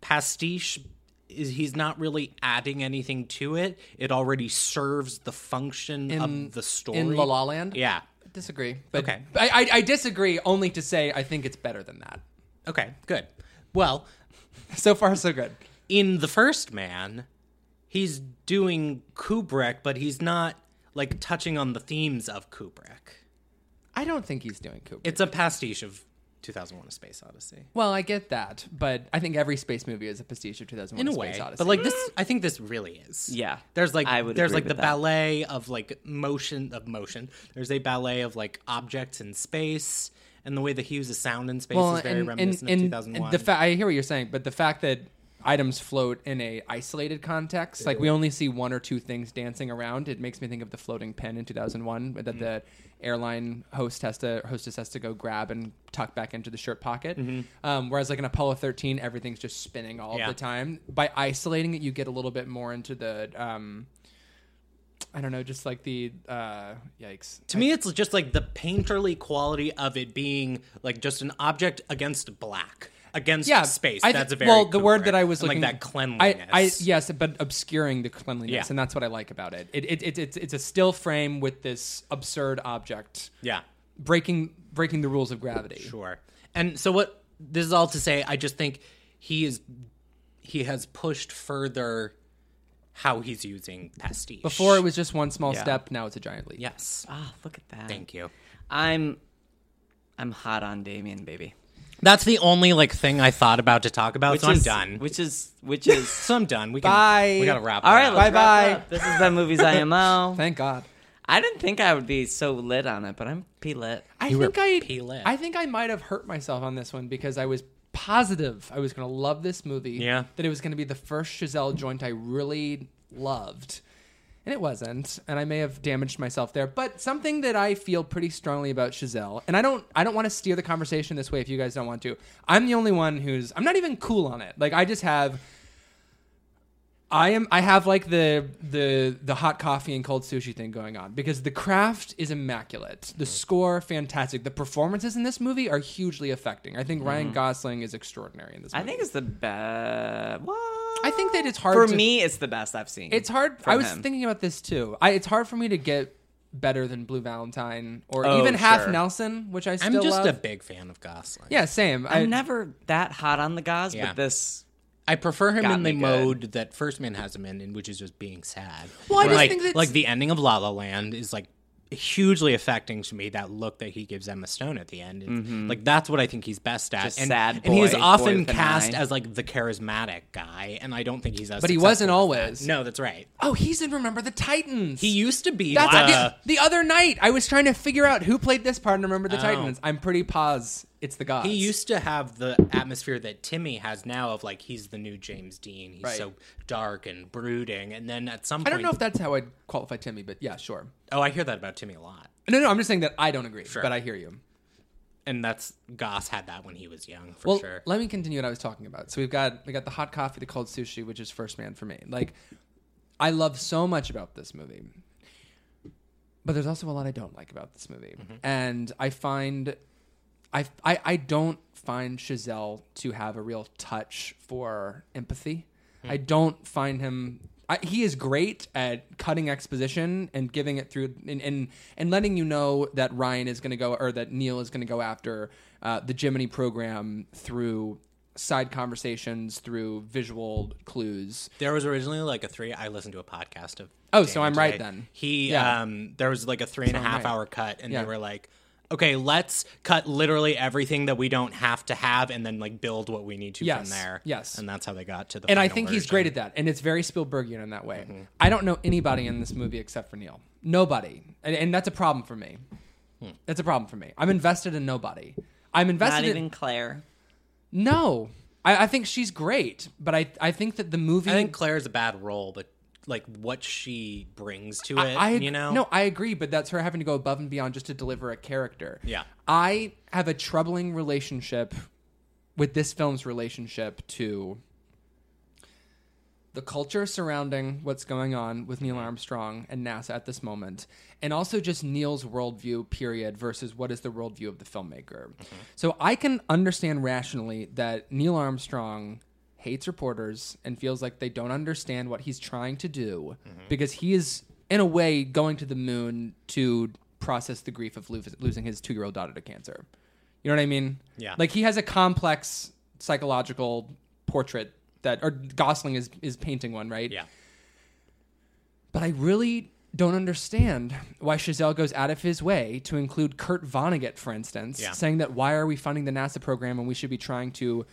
pastiche is he's not really adding anything to it. It already serves the function In- of the story. in La La Land? Yeah. Disagree. But Okay. I, I I disagree only to say I think it's better than that. Okay, good. Well, So far, so good. in the first man he's doing kubrick but he's not like touching on the themes of kubrick I don't think he's doing Kubrick. it's a pastiche of 2001 a space odyssey well, I get that, but I think every space movie is a pastiche of 2001: in a Space way Odyssey. but like this i think this really is Yeah. there's like I would there's agree like the with that. ballet of like motion of motion there's a ballet of like objects in space and the way that he uses sound in space well, is very and, and, reminiscent and of 2001 the fa- I hear what you're saying, but the fact that items float in a isolated context. Like we only see one or two things dancing around. It makes me think of the floating pen in 2001 Mm-hmm. that the airline host has to hostess has to go grab and tuck back into the shirt pocket. Um, whereas like an Apollo 13, everything's just spinning all Mm-hmm. Yeah. the time. By isolating it, you get a little bit more into the um, I don't know, just like the uh, yikes. To me, it's just like the painterly quality of it being like just an object against black, against space. I thi- That's a very well. The word that Kubrick. I was And, looking like that I, cleanliness. I yes, but obscuring the cleanliness, Yeah. and that's what I like about it. It, it, it. It's it's a still frame with this absurd object yeah, breaking breaking the rules of gravity. sure. And so what? This is all to say. I just think he is he has pushed further how he's using pastiche Before it was just one small Yeah. step. Now it's a giant leap. Yes, Ah, look at that. thank you. I'm I'm hot on Damien, baby. That's the only like thing I thought about to talk about. so is, I'm done. Which is which is so I'm done. We can. Bye. We gotta wrap. all it right. up. Let's wrap Bye-bye. it up. This has been movies IMO. Thank God. I didn't think I would be so lit on it, but I'm p lit. I You were think I P-lit. I think I might have hurt myself on this one because I was positive I was going to love this movie. Yeah. That it was going to be the first Chazelle joint I really loved. And it wasn't, and I may have damaged myself there. But something that I feel pretty strongly about Chazelle, and I don't, I don't want to steer the conversation this way if you guys don't want to. I'm the only one who's, I'm not even cool on it. Like I just have, I am I have like the the the hot coffee and cold sushi thing going on because the craft is immaculate. Mm-hmm. The score fantastic. The performances in this movie are hugely affecting. I think Ryan Gosling is extraordinary in this Mm-hmm. I movie. think it's the best. I think that it's hard For to- me, it's the best I've seen. it's hard from I was him. thinking about this too. I it's hard for me to get better than Blue Valentine or Oh, even Half sure. Nelson, which I I'm still just love. a big fan of Gosling. yeah, same. I I'm never that hot on the guys, Yeah. but this I prefer him Got in the me good. mode that First Man has him in, in which is just being sad. Well, I just like, think that's- like the ending of La La Land is like hugely affecting to me. That look that he gives Emma Stone at the end, It's- Mm-hmm. like that's what I think he's best at. Just and sad and he is boy, boy often with an cast eye. as like the charismatic guy, and I don't think he's as. But he wasn't successful as always. that. No, that's right. Oh, he's in Remember the Titans. He used to be. That's the, the, the other night. I was trying to figure out who played this part in Remember the Titans. I'm pretty pos it's the gods. Oh. He used to have the atmosphere that Timmy has now of like he's the new James Dean. He's Right. so dark and brooding. And then at some I point, don't know if that's how I'd qualify Timmy, but yeah, sure. oh, I hear that about Timmy a lot. No, no, I'm just saying that I don't agree, but I hear you. And that's Goss had that when he was young for Well, sure. let me continue what I was talking about. So we've got we got the hot coffee, the cold sushi, which is first man for me. Like, I love so much about this movie, but there's also a lot I don't like about this movie, Mm-hmm. and I find I, I I don't find Chazelle to have a real touch for empathy. I don't find him. I, he is great at cutting exposition and giving it through and and, and letting you know that Ryan is going to go or that Neil is going to go after uh, the Jiminy program through side conversations, through visual clues. There was originally like a three. I listened to a podcast of. Oh, so Dan I'm right today. then. He Yeah. um, there was like a three and a I'm half right. hour cut, and Yeah. they were like, "Okay, let's cut literally everything that we don't have to have, and then like build what we need to Yes, from there." yes. and that's how they got to the. And I final think he's version. great at that. And it's very Spielbergian in that way. Mm-hmm. I don't know anybody in this movie except for Neil. Nobody. And, and that's a problem for me. Hmm. That's a problem for me. I'm invested in nobody. I'm not invested even in. Claire. No. I, I think she's great, but I, I think that the movie. I think Claire's a bad role, but like what she brings to it, I, you know. No, I agree, but that's her having to go above and beyond just to deliver a character. Yeah. I have a troubling relationship with this film's relationship to the culture surrounding what's going on with Neil Armstrong and NASA at this moment, and also just Neil's worldview, period, versus what is the worldview of the filmmaker. So I can understand rationally that Neil Armstrong hates reporters and feels like they don't understand what he's trying to do because he is, in a way, going to the moon to process the grief of lo- losing his two year old daughter to cancer. You know what I mean? Yeah. Like he has a complex psychological portrait that, or Gosling is is painting one, right? yeah, But I really don't understand why Chazelle goes out of his way to include Kurt Vonnegut, for instance, Yeah. saying that why are we funding the NASA program when we should be trying to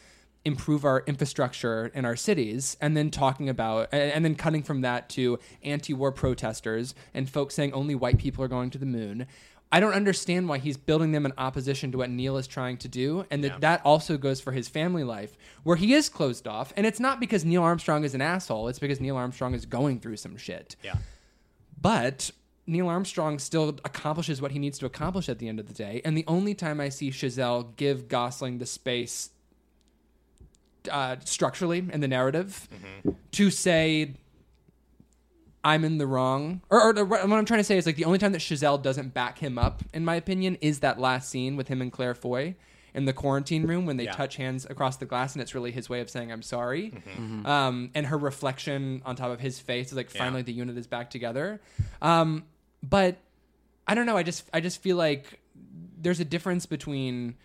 improve our infrastructure in our cities and then talking about and and then cutting from that to anti-war protesters and folks saying only white people are going to the moon I don't understand why he's building them in opposition to what Neil is trying to do. And that, that also goes for his family life, where he is closed off. And it's not because Neil Armstrong is an asshole, it's because Neil Armstrong is going through some shit. Yeah. But Neil Armstrong still accomplishes what he needs to accomplish at the end of the day. And the only time I see Chazelle give Gosling the space uh, structurally in the narrative to say, I'm in the wrong. Or, or the- what I'm trying to say is like the only time that Chazelle doesn't back him up, in my opinion, is that last scene with him and Claire Foy in the quarantine room when they Yeah. touch hands across the glass, and it's really his way of saying I'm sorry. Um, and her reflection on top of his face is like finally the unit is back together. Um, but I don't know. I just I just feel like there's a difference between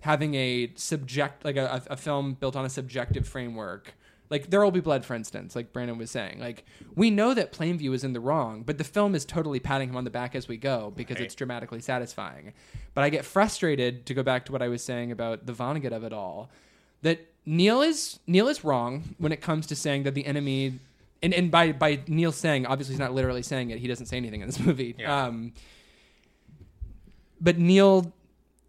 having a subject like a, a film built on a subjective framework. Like There Will Be Blood, for instance, like Brandon was saying. Like we know that Plainview is in the wrong, but the film is totally patting him on the back as we go because Right. it's dramatically satisfying. But I get frustrated to go back to what I was saying about the Vonnegut of it all. That Neil is Neil is wrong when it comes to saying that the enemy and, and by by Neil saying, obviously he's not literally saying it, he doesn't say anything in this movie. Yeah. Um but Neil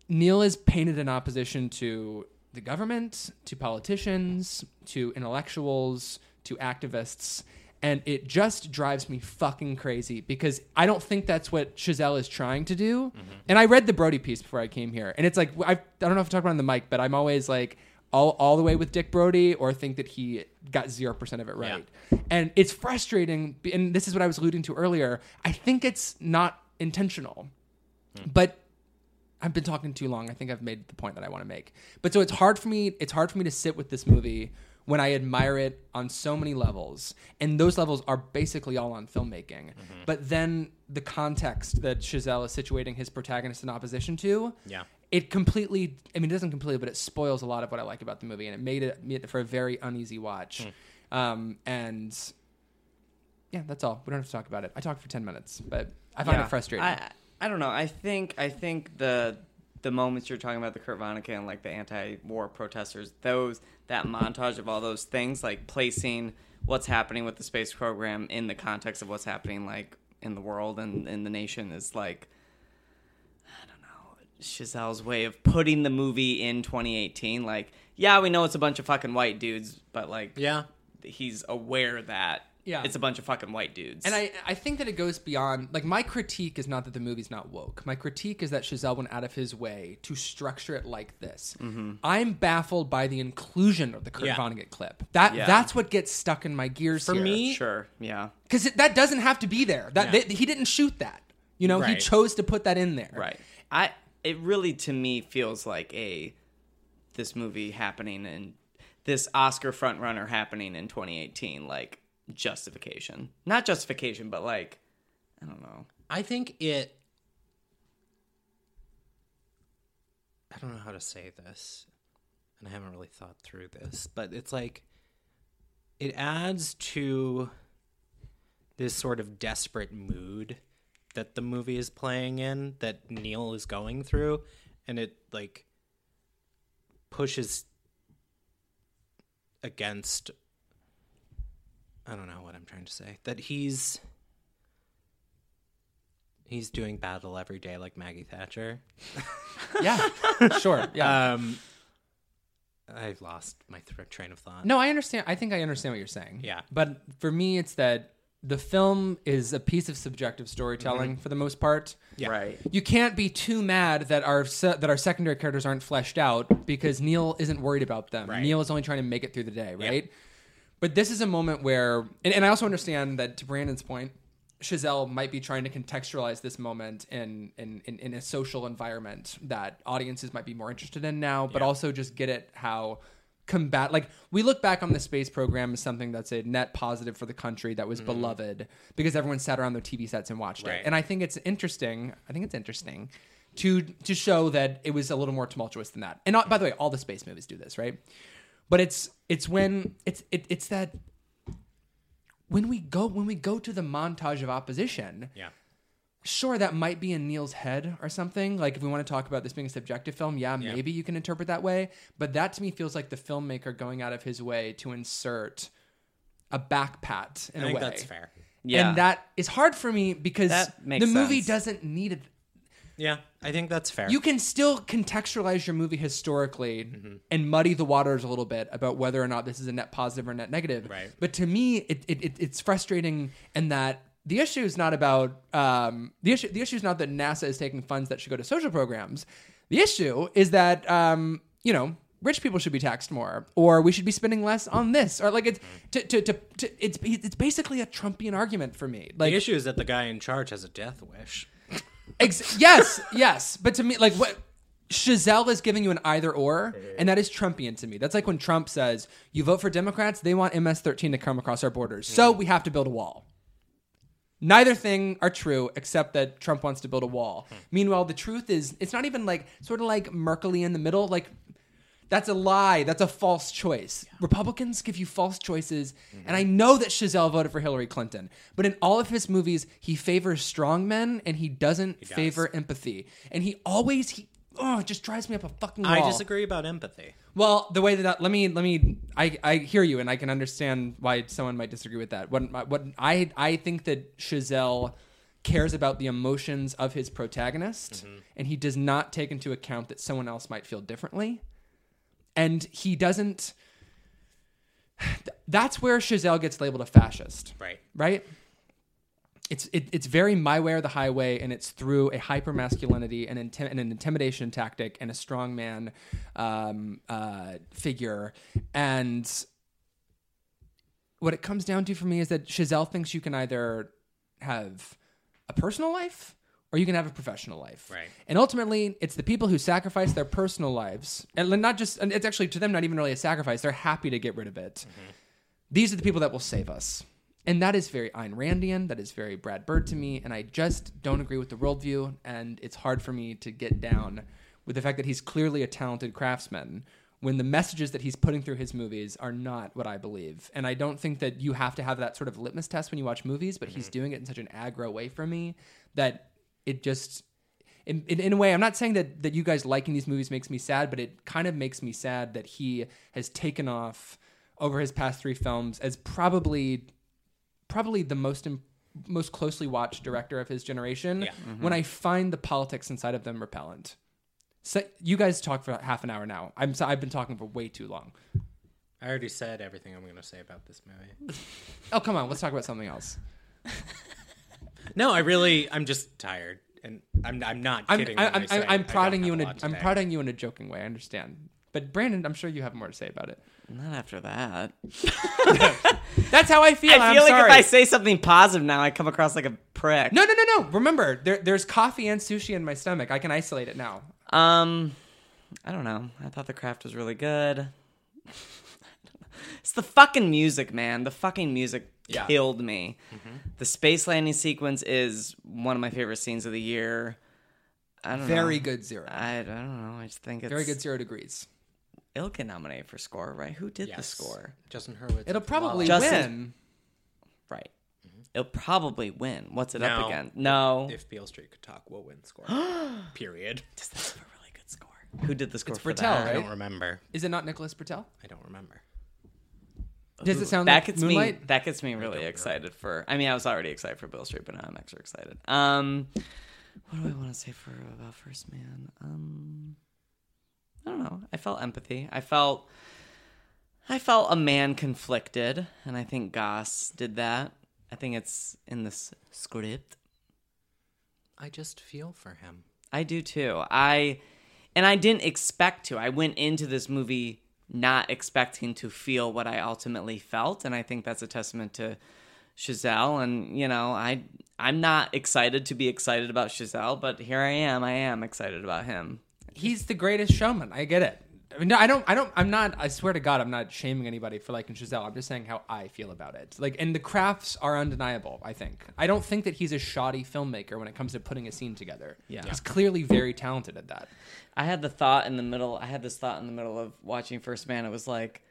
Neil is painted in opposition to the government, to politicians, to intellectuals, to activists, and it just drives me fucking crazy because I don't think that's what Chazelle is trying to do. And I read the Brody piece before I came here, and it's like I, I don't know if I talk about it on the mic, but I'm always like all all the way with Dick Brody, or think that he got zero percent of it right. And it's frustrating, and this is what I was alluding to earlier. I think it's not intentional Mm-hmm. but I've been talking too long. I think I've made the point that I want to make. But so it's hard for me. It's hard for me to sit with this movie when I admire it on so many levels, and those levels are basically all on filmmaking. Mm-hmm. But then the context that Chazelle is situating his protagonist in opposition to, Yeah. it completely. I mean, it doesn't completely, but it spoils a lot of what I like about the movie, and it made it, made it for a very uneasy watch. Hmm. Um, and yeah, that's all. We don't have to talk about it. I talked for ten minutes, but I found Yeah. it frustrating. I, I don't know. I think I think the the moments you're talking about the Kurt Vonnegut and like the anti-war protesters, those that montage of all those things, like placing what's happening with the space program in the context of what's happening like in the world and in the nation is like Chazelle's way of putting the movie in 2018. Like, yeah, we know it's a bunch of fucking white dudes, but like, Yeah. he's aware that Yeah. it's a bunch of fucking white dudes. And I, I think that it goes beyond like my critique is not that the movie's not woke. My critique is that Chazelle went out of his way to structure it like this. I'm baffled by the inclusion of the Kurt Mm-hmm. Yeah. Vonnegut clip. That Yeah. that's what gets stuck in my gears For me- sure, yeah, because that doesn't have to be there. That Yeah. they, he didn't shoot that. You know, he Right. chose to put that in there. right. I it really to me feels like a this movie happening and this Oscar frontrunner happening in 2018, like justification, not justification, but like I don't know. I think it. I don't know how to say this, and I haven't really thought through this, but it's like it adds to this sort of desperate mood that the movie is playing in, that Neil is going through, and it like pushes against. I don't know what I'm trying to say. That he's he's doing battle every day like Maggie Thatcher. Yeah. sure. Yeah. Um, I've lost my th- train of thought. No, I understand. I think I understand what you're saying. Yeah. But for me, it's that the film is a piece of subjective Mm-hmm. storytelling for the most part. Right. you can't be too mad that our se- that our secondary characters aren't fleshed out because Neil isn't worried about them. Neil is only trying to make it through the day, right? But this is a moment where, and, and I also understand that to Brandon's point, Chazelle might be trying to contextualize this moment in in, in, in a social environment that audiences might be more interested in now, but also just get it how combat like we look back on the space program as something that's a net positive for the country that was beloved because everyone sat around their TV sets and watched it. Right. And I think it's interesting. I think it's interesting to to show that it was a little more tumultuous than that. And not, by the way, all the space movies do this, right? But it's it's when it's it, it's that when we go when we go to the montage of opposition Yeah. sure that might be in neil's head or something like if we want to talk about this being a subjective film yeah, maybe you can interpret that way but that to me feels like the filmmaker going out of his way to insert a back pat in I a think way that's fair. Yeah. and that is hard for me because That makes the movie sense. doesn't need it Yeah, I think that's fair. You can still contextualize your movie historically Mm-hmm. and muddy the waters a little bit about whether or not this is a net positive or net negative. Right. But to me, it, it, it it's frustrating in that the issue is not about um, the issue. The issue is not that NASA is taking funds that should go to social programs. The issue is that um, you know rich people should be taxed more, or we should be spending less on this, or like it's to, to, to, to it's it's basically a Trumpian argument for me. Like the issue is that the guy in charge has a death wish. Ex- yes, yes. But to me, like what Chazelle is giving you an either or, and that is Trumpian to me. That's like when Trump says, "You vote for Democrats, they want MS-13 to come across our borders, so we have to build a wall." Neither thing are true, except that Trump wants to build a wall. Meanwhile, the truth is, it's not even like sort of like Merkelly in the middle. Like that's a lie. That's a false choice. Republicans give you false choices. And I know that Chazelle voted for Hillary Clinton, but in all of his movies, he favors strong men and he doesn't favor empathy. And he always he oh it just drives me up a fucking wall. I disagree about empathy. Well, the way that, that let me let me I, I hear you and I can understand why someone might disagree with that. What my- what I I think that Chazelle cares about the emotions of his protagonist and he does not take into account that someone else might feel differently. And he doesn't that's where Chazelle gets labeled a fascist Right. right? It's it, it's very my way or the highway, and it's through a hyper masculinity and, intim- and an intimidation tactic and a strongman um, uh, figure. And what it comes down to for me is that Chazelle thinks you can either have a personal life or you can have a professional life. Right. And ultimately, it's the people who sacrifice their personal lives, and not just, and it's actually to them not even really a sacrifice. They're happy to get rid of it these are the people that will save us. And that is very Ayn Randian. That is very Brad Bird to me. And I just don't agree with the worldview. And it's hard for me to get down with the fact that he's clearly a talented craftsman when the messages that he's putting through his movies are not what I believe. And I don't think that you have to have that sort of litmus test when you watch movies, but he's doing it in such an aggro way for me that it just in, in, in a way, I'm not saying that, that you guys liking these movies makes me sad, but it kind of makes me sad that he has taken off over his past three films as probably probably the most im- most closely watched director of his generation. Yeah. When I find the politics inside of them repellent, so, you guys talk for half an hour now. I'm so, I've been talking for way too long. I already said everything I'm going to say about this movie. Oh come on, let's talk about something else. No, I really, I'm just tired, and I'm I'm not I'm kidding. I, when I'm, say I'm, I I'm don't prodding have you in a a lot I'm today. prodding you in a joking way. I understand. But Brandon, I'm sure you have more to say about it. Not after that. That's how I feel. I feel am like sorry. if I say something positive now, I come across like a prick. No, no, no, no. Remember, there, there's coffee and sushi in my stomach. I can isolate it now. Um, I don't know. I thought the craft was really good. it's the fucking music, man. The fucking music Yeah. killed me. The space landing sequence is one of my favorite scenes of the year. I don't Very know. good zero. I, I don't know. I just think it's Very good zero degrees. It'll get nominated for score, right? Who did the Yes. score? Justin Hurwitz. It'll probably Just- win. Right. It'll probably win. What's it No. up against? No. If Beale Street could talk, we'll win score. Period. That's a really good score. Who did the score for Fertel, that? I right? don't remember. Is it not Nicholas Patel? I don't remember. Does it sound that like gets Moonlight? me that gets me really excited for I mean I was already excited for Bill Street but now I'm extra excited. Um what do I want to say for about First Man? Um I don't know. I felt empathy. I felt I felt a man conflicted and I think Goss did that. I think it's in this script. I just feel for him. I do too. I and I didn't expect to. I went into this movie not expecting to feel what I ultimately felt, and I think that's a testament to Chazelle. And you know, I I'm not excited to be excited about Chazelle, but here I am. I am excited about him. He's the greatest showman. I get it. I mean, no, I don't. I don't. I'm not. I swear to God, I'm not shaming anybody for liking Chazelle. I'm just saying how I feel about it. Like, and the crafts are undeniable. I think. I don't think that he's a shoddy filmmaker when it comes to putting a scene together. Yeah. he's clearly very talented at that. I had the thought in the middle. I had this thought in the middle of watching First Man. It was like,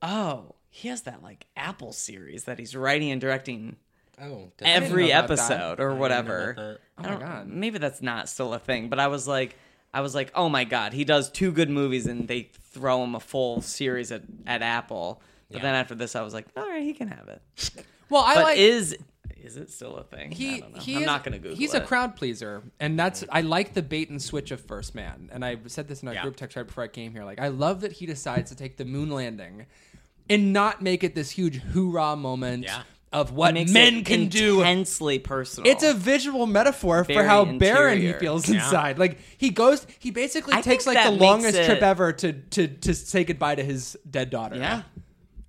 oh, he has that like Apple series that he's writing and directing Oh, every know about that. episode or whatever. that. I Oh my don't, God. Maybe that's not still a thing, but I was like, I was like, oh my god, he does two good movies and they throw him a full series at, at Apple. But then after this, I was like, all right, he can have it. Well, I But like. is Is it still a thing? I he, don't know. he I'm is- not going to Google He's it. Mm. a crowd pleaser, and that's I like the bait and switch of First Man. And I said this in our Yeah. group text right before I came here. Like, I love that he decides to take the moon landing, and not make it this huge hoorah moment Yeah. of what Makes men it can do. intensely personal. It's a visual metaphor for Very how barren he interior. feels Yeah. inside. Like he goes, he basically I takes think like the that makes longest it- trip ever to to to say goodbye to his dead daughter. yeah.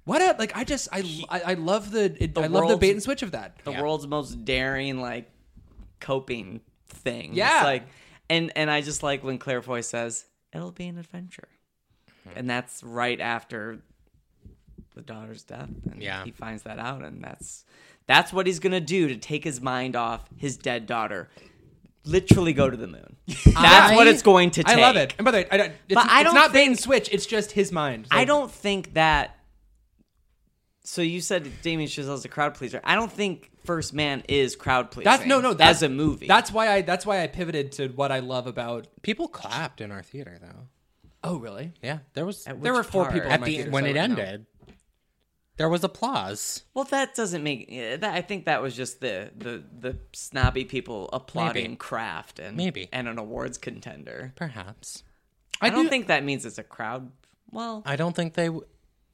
What a like I just I I, I love the, it, I love the world's- bait and switch of that. the Yeah. world's most daring like coping thing. Yeah. It's like and and I just like when Claire Foy says, It'll be an adventure. Hmm. And that's right after the daughter's death. And Yeah. he finds that out and that's that's what he's gonna do to take his mind off his dead daughter. Literally go to the moon. That's what I- it's going to take. I love it. And by the way, I don't, it's, But I it's don't not bait and switch. It's just his mind. I Like, don't think that. So you said Damien Chazelle's a crowd pleaser. I don't think First Man is crowd pleasing. That's no no. That's as a movie. That's why I that's why I pivoted to what I love about. People clapped in our theater though. Oh really? Yeah, there was There were Which four part? people in at my the theater, when so I it wouldn't know. ended. There was applause. Well, that doesn't make. yeah, That, I think that was just the the the snobby people applauding Maybe. craft and Maybe. and an awards contender. Perhaps I, don't do- think that means it's a crowd. Well, I don't think they. W-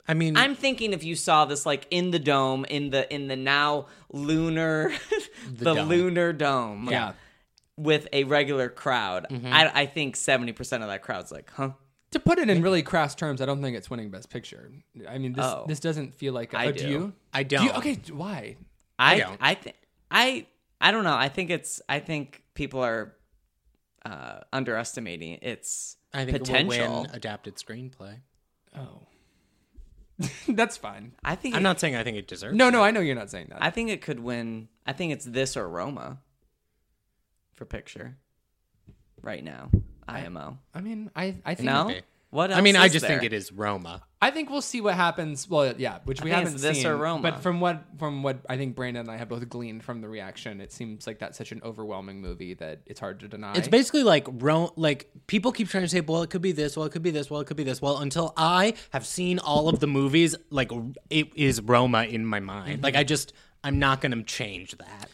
I mean, I'm thinking if you saw this like in the dome in the in the now lunar the, dome. lunar dome Yeah. with a regular crowd, I, I think seventy percent of that crowd's like, huh? To put it in really crass terms, I don't think it's winning Best Picture. I mean, this Oh. this doesn't feel like. I oh, do. you? I Do you- don't. okay, why? I don't. I think I I don't know. I think it's I think people are uh, underestimating its I think potential. it will win adapted screenplay. Oh, that's fine. I think I'm it- not saying I think it deserves. No, no, I know you're not saying that. I think it could win. I think it's this or Roma for picture right now. IMO. I mean, I I think No. be. What else I mean, I is just there? think it is Roma. I think we'll see what happens. Well, yeah, which we think haven't it's this seen. or Roma. But from what from what I think Brandon and I have both gleaned from the reaction, it seems like that's such an overwhelming movie that it's hard to deny. It's basically like Rome. Like people keep trying to say, well, it could be this, well, it could be this, well, it could be this. Well, until I have seen all of the movies, like it is Roma in my mind. Mm-hmm. Like I just, I'm not going to change that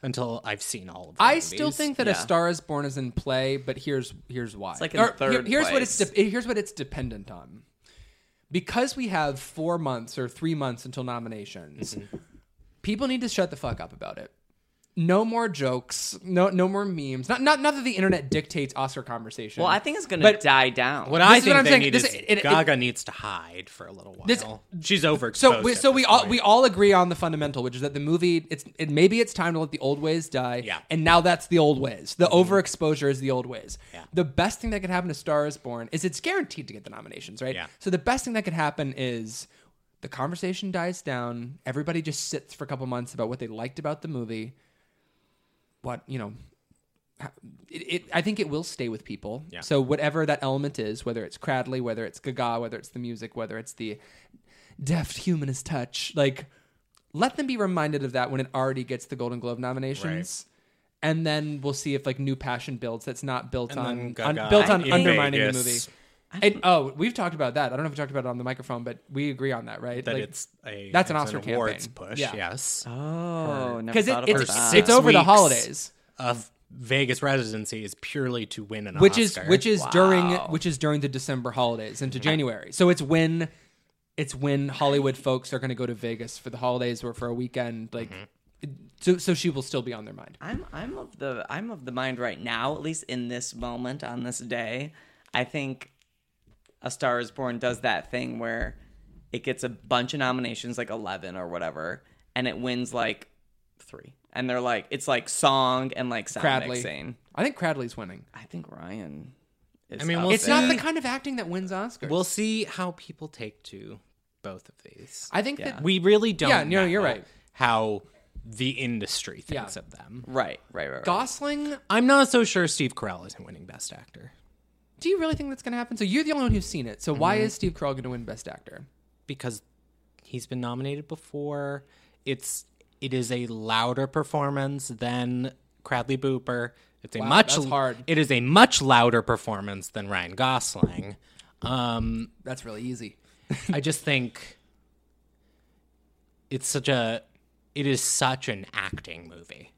until I've seen all of. The I movies. still think that A Yeah. Star Is Born is in play, but here's here's why. It's like in third here's what it's place. de- here's what it's dependent on. Because we have four months or three months until nominations, Mm-hmm. people need to shut the fuck up about it. No more jokes. No no more memes. Not not not that the internet dictates Oscar conversation. Well, I think it's going to But- die down. What I is what think I'm they saying. need This- is it- it- Gaga needs to hide for a little while. This- She's overexposed. So we, at so we this all point. we all agree on the fundamental, which is that the movie it's it, maybe it's time to let the old ways die. Yeah. Mm-hmm. And now that's the old ways. The overexposure is the old ways. Yeah. The best thing that could happen to Star is Born is it's guaranteed to get the nominations, right? Yeah. So the best thing that could happen is the conversation dies down. Everybody just sits for a couple months about what they liked about the movie. What you know. how- It, it, I think it will stay with people. Yeah. So whatever that element is, whether it's Cradley, whether it's Gaga, whether it's the music, whether it's the deft humanist touch. Like, let them be reminded of that when it already gets the Golden Globe nominations. And then we'll see if like new passion builds that's not built on, then on- Gaga built on in undermining Vegas. the movie. And, oh, we've talked about that. I don't know if we talked about it on the microphone, but we agree on that, right? that Like, it's a that's an it's Oscar awards campaign. push. Yeah. Uh-huh. Yes, Oh, never 'Cause it- thought it's- about that. it's six over the weeks holidays. of Vegas residency is purely to win an which is Oscar. which is during which is during the December holidays into January. So it's when it's when Hollywood folks are going to go to Vegas for the holidays or for a weekend. Like, Mm-hmm. so so she will still be on their mind. I'm I'm of the I'm of the mind right now, at least in this moment on this day. I think A Star Is Born does that thing where it gets a bunch of nominations, like eleven or whatever, and it wins like three. And they're like, it's like song and like sound Cradley. mixing. I think Cradley's winning. I think Ryan. Is I mean, up we'll It's there. not the See- kind of acting that wins Oscars. We'll see how people take to both of these. I think that we really don't. Yeah, no, you're know right. How the industry thinks Yeah. of them. right, right, right. right. Gosling. I'm not so sure Steve Carell isn't winning Best Actor Do you really think that's going to happen? So you're the only one who's seen it. So why Mm-hmm. is Steve Carell going to win Best Actor? because he's been nominated before. It's it is a louder performance than Cradley Booper. It's a much that's hard. It is a much louder performance than Ryan Gosling. Um, That's really easy. I just think it's such a it is such an acting movie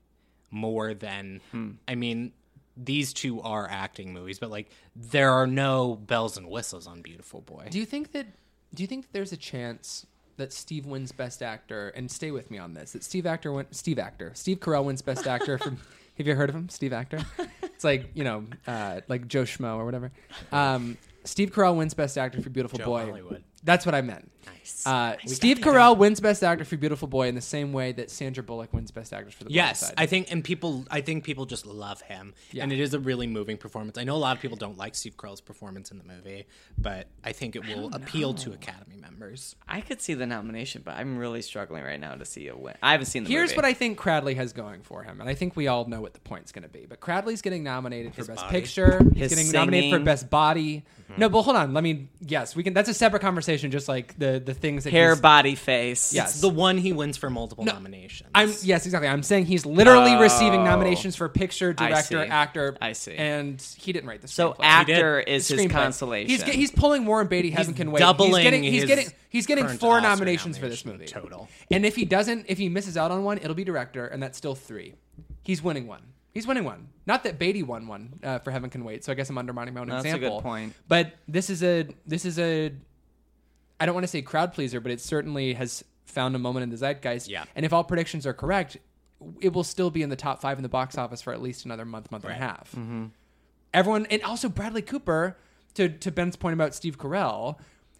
more than I mean these two are acting movies but like there are no bells and whistles on Beautiful Boy. Do you think that? Do you think that there's a chance that Steve wins Best Actor? And stay with me on this. That Steve Actor win, Steve Actor Steve Carell wins Best Actor from. Have you heard of him, Steve Actor? It's like you know, uh, like Joe Schmo or whatever. Um, Steve Carell wins Best Actor for Beautiful Joe Boy. Hollywood. That's what I meant. Nice. Uh, Steve Carell wins Best Actor for Beautiful Boy in the same way that Sandra Bullock wins Best Actress for The Blind Yes, Side. I think and people I think people just love him. And it is a really moving performance. I know a lot of people don't like Steve Carell's performance in the movie, but I think it will appeal to academy members. I could see the nomination, but I'm really struggling right now to see a win. I haven't seen the Here's movie. what I think Cradley has going for him, and I think we all know what the point's going to be. But Cradley's getting nominated for Best body. Picture. He's His getting nominated for singing. Mm-hmm. Best Body. No, but hold on. Let me. Yes, we can. That's a separate conversation. Just like the the things that hair, he's- body, face. Yes. It's the one he wins for multiple nominations. I'm yes, exactly. I'm saying he's literally receiving nominations for picture, Oh. I director, see. actor. I see. And he didn't write the So screenplay. actor did. is The his screenplay. consolation. He's, ge- he's pulling Warren Beatty. Heaven can wait. doubling he's getting he's his getting he's getting current four Oscar nominations for this nomination movie total. And if he doesn't, if he misses out on one, it'll be director, and that's still three. He's winning one. He's winning one. Not that Beatty won one uh, for Heaven Can Wait. So I guess I'm undermining my own That's a good example. point. But this is a this is a I don't want to say crowd pleaser, but it certainly has found a moment in the zeitgeist. Yeah. And if all predictions are correct, it will still be in the top five in the box office for at least another month, month and a Right. half. Mm-hmm. Everyone, and also Bradley Cooper. To to Ben's point about Steve Carell,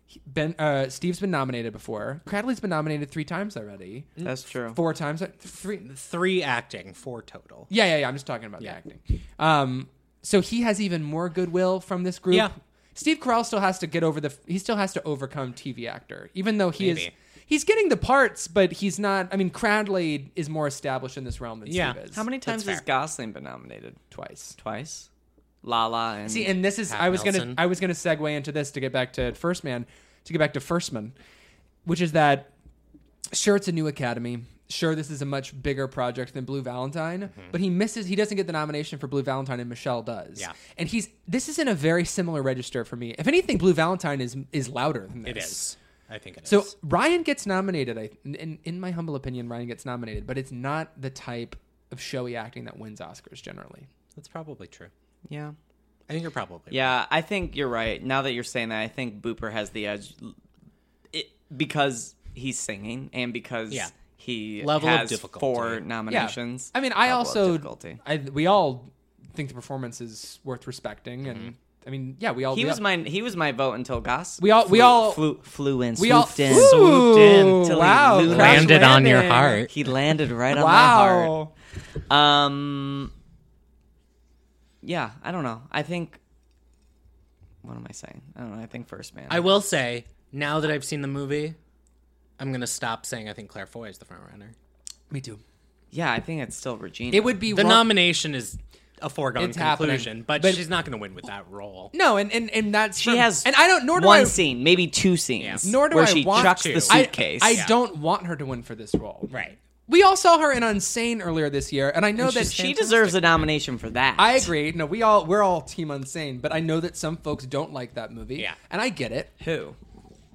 he- Ben uh, Steve's been nominated before. Cradley's been nominated three times already. That's true. Four times, uh, three. three acting, four total. Yeah, yeah, yeah. I'm just talking about Yeah. the acting. Um, so he has even more goodwill from this group. Yeah. Steve Carell still has to get over the. He still has to overcome TV actor, even though he is. Maybe. He's getting the parts, but he's not. I mean, Cradley is more established in this realm than Yeah. Steve is. How many times That's has Gosling been nominated? Twice. Twice. Lala and See, and this is Pat I was gonna Nelson. I was gonna segue into this to get back to First Man, to get back to First Man, which is that sure it's a new academy. Sure, this is a much bigger project than Blue Valentine, Mm-hmm. but he misses. He doesn't get the nomination for Blue Valentine, and Michelle does. Yeah. and he's this is in a very similar register for me. If anything, Blue Valentine is is louder than this. It is. I think it is. So Ryan gets nominated. I, in, in my humble opinion, Ryan gets nominated, but it's not the type of showy acting that wins Oscars generally. that's probably true. yeah. I think you're probably Yeah, I think you're right. Now that you're saying that, I think Booper has the edge it, because he's singing and because Yeah. he Level of has difficulty. four Yeah. nominations. I mean, I Level of also difficulty. I, we all think the performance is worth respecting, Mm-hmm. and I mean, yeah, we all He we was all, my he was my vote until Goss. We all- we flew- all- flew flew in. we all swooped in. Ooh, swooped in till he wow, landed. crash landed on your landing. heart. He landed right on Wow, my heart. Um. Yeah, I don't know. I think. What am I saying? I don't know. I think First Man. I will say now that I've seen the movie, I'm gonna stop saying I think Claire Foy is the front runner. me too. yeah, I think it's still Regina. It would be The wrong- nomination is a foregone It's happening. conclusion, but, But- she's not gonna win with that role. no, and and and that's She has. and I don't nor do one I scene, maybe two scenes. Yeah. Nor do where I she want chucks to. the I, suitcase. I Yeah. don't want her to win for this role. Right. We all saw her in Unsane earlier this year, and I know that she deserves a nomination for that. I agree. No, we all we're all team Unsane, but I know that some folks don't like that movie. Yeah. and I get it. Who?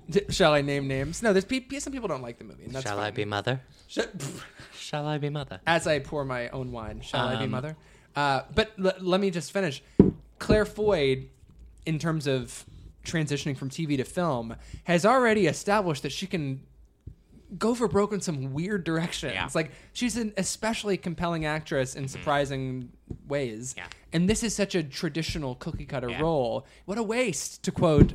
D- Shall I name names? No, there's pe- some people don't like the movie. And that's Shall I fine. be mother? Sh- pff, Shall I be mother? As I pour my own wine, shall I be Um, mother? Uh, but l- let me just finish. Claire Foy, in terms of transitioning from TV to film, has already established that she can go for broke in some weird directions. Yeah. Mm-hmm. Like she's an especially compelling actress in surprising ways. Yeah. And this is such a traditional cookie cutter Yeah. role. What a waste to quote.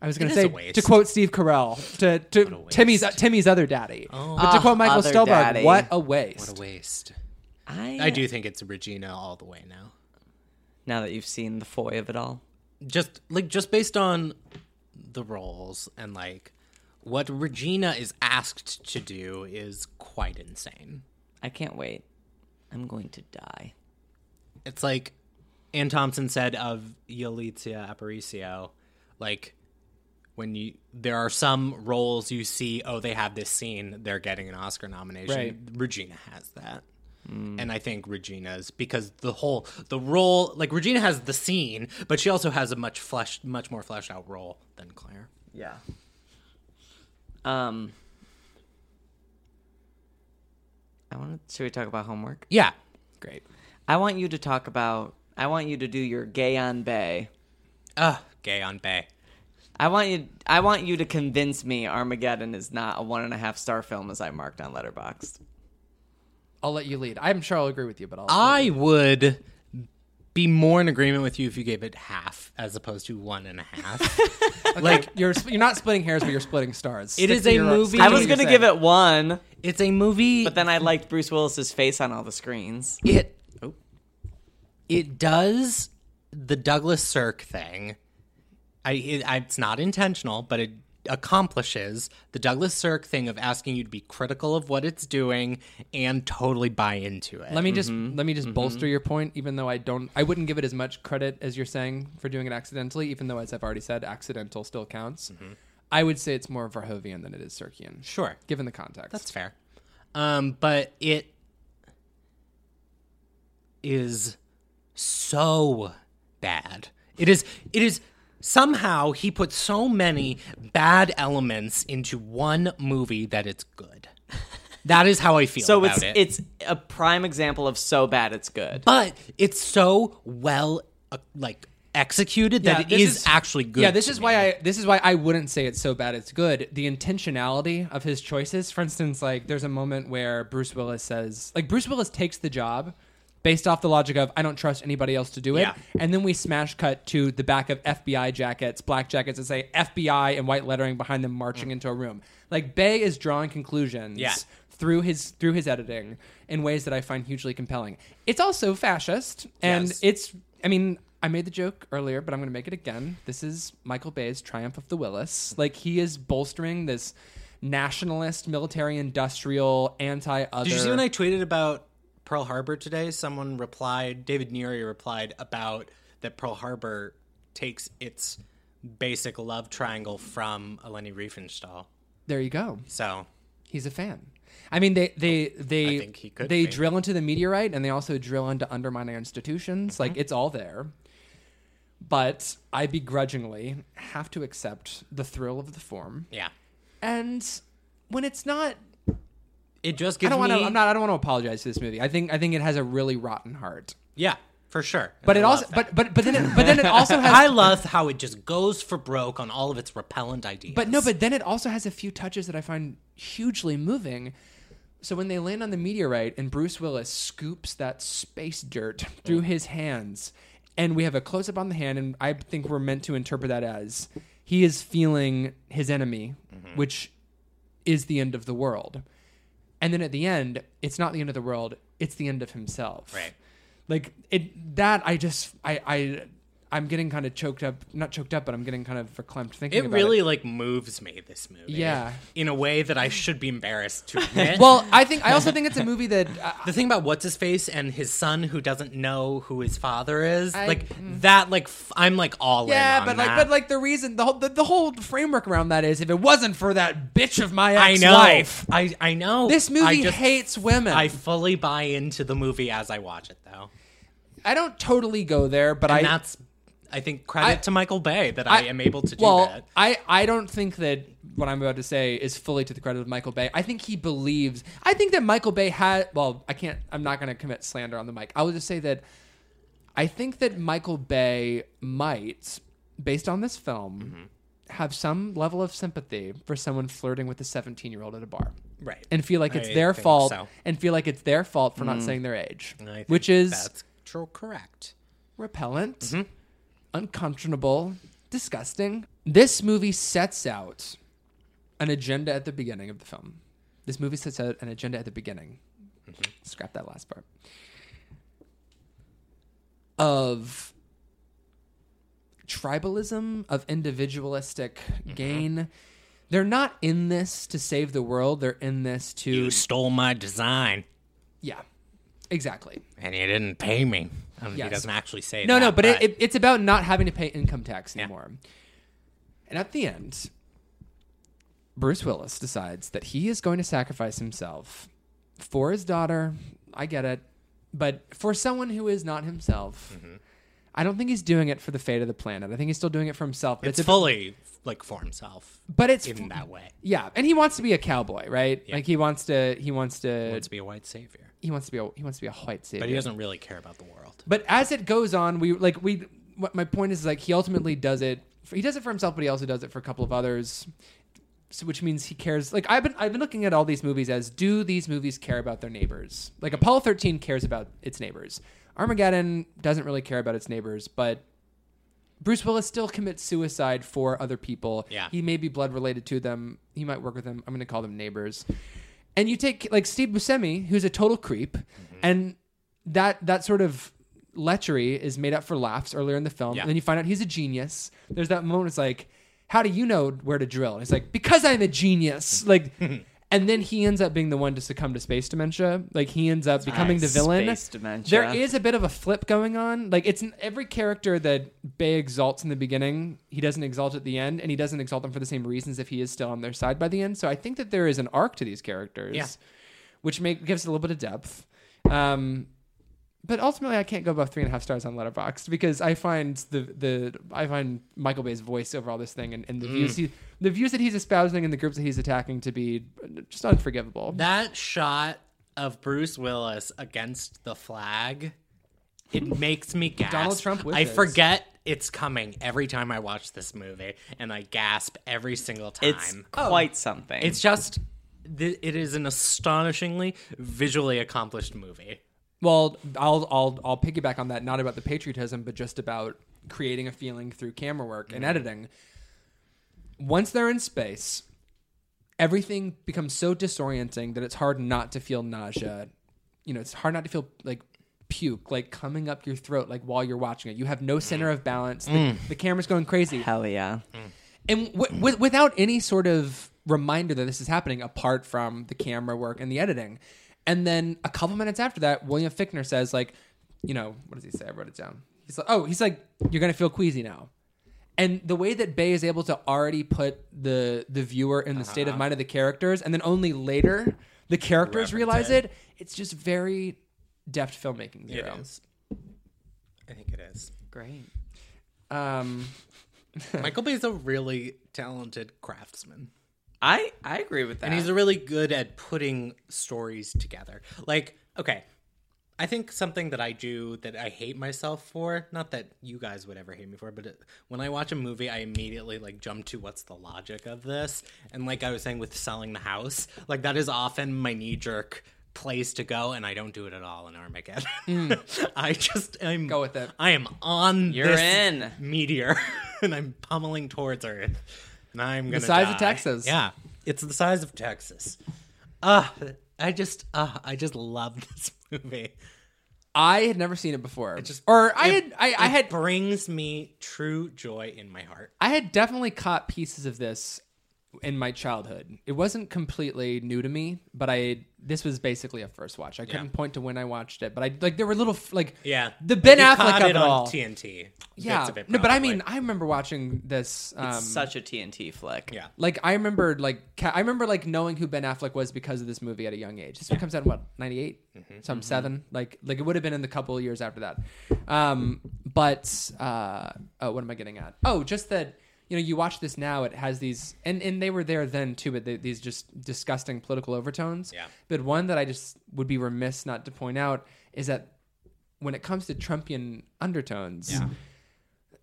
I was going It to is a say waste. to quote Steve Carell to, a to waste. Oh. Timmy's Timmy's other daddy. But to Ah, quote Michael other Stolberg, daddy. what a waste. What a waste. I, I do think it's Regina all the way now. Now that you've seen the foy of it all, just like just based on the roles and like what Regina is asked to do is quite insane. I can't wait. I'm going to die. It's like Ann Thompson said of Yalitza Aparicio, like when you there are some roles you see, oh, they have this scene, they're getting an Oscar nomination. Right. Regina has that. And I think Regina's because the whole the role like Regina has the scene, but she also has a much fleshed much more fleshed out role than Claire. Yeah. Um. I want to. Should we talk about homework? Yeah. Great. I want you to talk about. I want you to do your gay on bay. Ugh, gay on bay. I want you. I want you to convince me Armageddon is not a one and a half star film as I marked on Letterboxd. I'll let you lead. I'm sure I'll agree with you, but I'll. I would be more in agreement with you if you gave it half as opposed to one and a half. like you're sp- you're not splitting hairs, but you're splitting stars. It is a is movie- I know was what you're gonna give it one, it's a movie but then I liked Bruce Willis's face on all the screens. it it does the Douglas Sirk thing. I, it, I it's not intentional, but it accomplishes the Douglas Sirk thing of asking you to be critical of what it's doing and totally buy into it. Let me just Mm-hmm. let me just bolster your point, even though I don't I wouldn't give it as much credit as you're saying for doing it accidentally, even though as I've already said, accidental still counts. Mm-hmm. I would say it's more Verhoeven than it is Sirkian, sure. given the context. That's fair. Um, but it is so bad. It is it is somehow he put so many bad elements into one movie that it's good. That is how I feel So about it's it. it's a prime example of so bad it's good. but it's so well uh, like executed Yeah, that it this is, actually good. Yeah, this to is me. why I this is why I wouldn't say it's so bad it's good. The intentionality of his choices, for instance, like there's a moment where Bruce Willis says, like Bruce Willis takes the job based off the logic of I don't trust anybody else to do it. Yeah. And then we smash cut to the back of FBI jackets, black jackets that say FBI and white lettering behind them marching into a room. Like Bay is drawing conclusions Mm. Yeah. through his through his editing in ways that I find hugely compelling. It's also fascist and Yes. it's I mean, I made the joke earlier, but I'm going to make it again. This is Michael Bay's Triumph of the Willis. Like he is bolstering this nationalist military industrial anti-other Did you see when I tweeted about Pearl Harbor today? Someone replied, David Neary replied about that Pearl Harbor takes its basic love triangle from Eleni Riefenstahl. There you go. So He's a fan. I mean, they they they I think he could they be. drill into the meteorite and they also drill into undermine our institutions. Mm-hmm. Like it's all there. But I begrudgingly have to accept the thrill of the form. yeah, And when it's not, it just I gives don't want to. me- I'm not. I don't want to apologize to this movie. I think I think it has a really rotten heart. Yeah, for sure. But it I love also. that. But but but then it, but then it also has. I love how it just goes for broke on all of its repellent ideas. But no, but then it also has a few touches that I find hugely moving. So when they land on the meteorite and Bruce Willis scoops that space dirt through Mm. his hands, and we have a close up on the hand, and I think we're meant to interpret that as he is feeling his enemy, Mm-hmm. which is the end of the world. And then at the end, it's not the end of the world, it's the end of himself. Right. Like it that I just I I I'm getting kind of choked up, not choked up, but I'm getting kind of verklempt thinking it about really like moves me this movie. Yeah. in a way that I should be embarrassed to admit. Well, I think I also think it's a movie that uh, the thing about what's his face and his son who doesn't know who his father is, I- mm-hmm. like that, like f- I'm like all in. yeah, on but like that. but like the reason the whole the, the whole framework around that is if it wasn't for that bitch of my I ex know, wife, I I know. this I movie just- hates women. I I, fully buy into the movie as I watch it, though. don't totally go there, but And I that's, I think, credit I- to Michael Bay that I, am able to do well, that. I, I don't think that what I'm about to say is fully to the credit of Michael Bay. I think he believes. I think that Michael Bay had. Well, I can't. I'm not going to commit slander on the mic. I will just say that I think that Michael Bay might, based on this film, Mm-hmm. have some level of sympathy for someone flirting with a 17 year old at a bar. Right. And feel like it's I their think fault, so. Mm-hmm. and feel like it's their fault for not saying their age, I think which is that's true, correct. repellent, uncomfortable, disgusting. This movie sets out an agenda at the beginning of the film. This movie sets out an agenda at the beginning. Scrap that last part. Of tribalism, of individualistic gain. They're not in this to save the world. They're in this to. You stole my design Yeah, exactly. and you didn't pay me. I mean, He Yes. doesn't actually say No, that. no, but, It, it, it's about not having to pay income tax anymore. And at the end, Bruce Willis decides that he is going to sacrifice himself Mm-hmm. for his daughter. I get it. But for someone who is not himself, I don't think he's doing it for the fate of the planet. I think he's still doing it for himself. But It's it's, a- fully like for himself but it's in that way. yeah, and he wants to be a cowboy, right? Like he wants to he wants to Wants to be a white savior, he wants to be a he wants to be a white savior. but he doesn't really care about the world. But as it goes on, we like we. What my point is like he ultimately does it. For, he does it for himself, but he also does it for a couple of others. So, which means he cares. Like I've been, I've been looking at all these movies as do these movies care about their neighbors? Like Apollo thirteen cares about its neighbors. Armageddon doesn't really care about its neighbors, but Bruce Willis still commits suicide for other people. Yeah. He may be blood related to them. He might work with them. I'm going to call them neighbors. And you take like Steve Buscemi, who's a total creep, and that that sort of lechery is made up for laughs earlier in the film. Yeah. And then you find out he's a genius. There's that moment it's like, how do you know where to drill? And he's like, because I'm a genius. Like, and then he ends up being the one to succumb to space dementia. Like he ends up becoming the villain. Space dementia. There is a bit of a flip going on. Like it's n- every character that Bay exalts in the beginning, he doesn't exalt at the end, and he doesn't exalt them for the same reasons if he is still on their side by the end. So I think that there is an arc to these characters, Yeah. which make, gives it a little bit of depth. Um, but ultimately, I can't go above three and a half stars on Letterboxd because I find the the I find Michael Bay's voice over all this thing and, and Mm. the views he the views that he's espousing and the groups that he's attacking to be just unforgivable. That shot of Bruce Willis against the flag, it makes me gasp. Donald Trump with I it. forget it's coming every time I watch this movie, and I gasp every single time. It's quite something. It's just th- it is an astonishingly visually accomplished movie. Well, I'll I'll I'll piggyback on that, not about the patriotism, but just about creating a feeling through camera work and editing. Once they're in space, everything becomes so disorienting that it's hard not to feel nausea. You know, it's hard not to feel like puke, like coming up your throat, like while you're watching it. You have no center of balance. The, the camera's going crazy hell yeah. and w- w- without any sort of reminder that this is happening apart from the camera work and the editing and then a couple minutes after that william fickner says like you know what does he say i wrote it down he's like oh he's like you're gonna feel queasy now and the way that bay is able to already put the the viewer in the state of mind of the characters and then only later the characters realize it. it's just very deft filmmaking zero I think it is. Great. um Michael Bay's a really talented craftsman. I I agree with that. And he's really good at putting stories together. Like, okay, I think something that I do that I hate myself for, not that you guys would ever hate me for, but it, when I watch a movie, I immediately like jump to what's the logic of this. And like I was saying with selling the house, like that is often my knee jerk place to go and I don't do it at all in Armageddon. I just I'm Go with it. I am on You're this in. meteor and I'm pummeling towards Earth. And I'm gonna The size of die. Texas. Yeah. It's the size of Texas. Uh I just uh I just love this movie. i had never seen it before just- or i had i, I it had brings me true joy in my heart. I had definitely caught pieces of this in my childhood. It wasn't completely new to me, but I this was basically a first watch. I couldn't point to when I watched it, but I like there were little f- like Yeah. the Ben You Affleck caught of it it on all. TNT. yeah, Bits of it, no, but I probably. mean, I remember watching this. Um, such a TNT flick. Yeah. like I remembered like ca- I remember like knowing who Ben Affleck was because of this movie at a young age. This one comes out in what ninety Mm-hmm. so I'm seven. Like like it would have been in the couple of years after that. Um, but uh, oh, what am I getting at? Oh, just that you know you watch this now. It has these and and they were there then too, but they, these just disgusting political overtones. Yeah. But one that I just would be remiss not to point out is that when it comes to Trumpian undertones,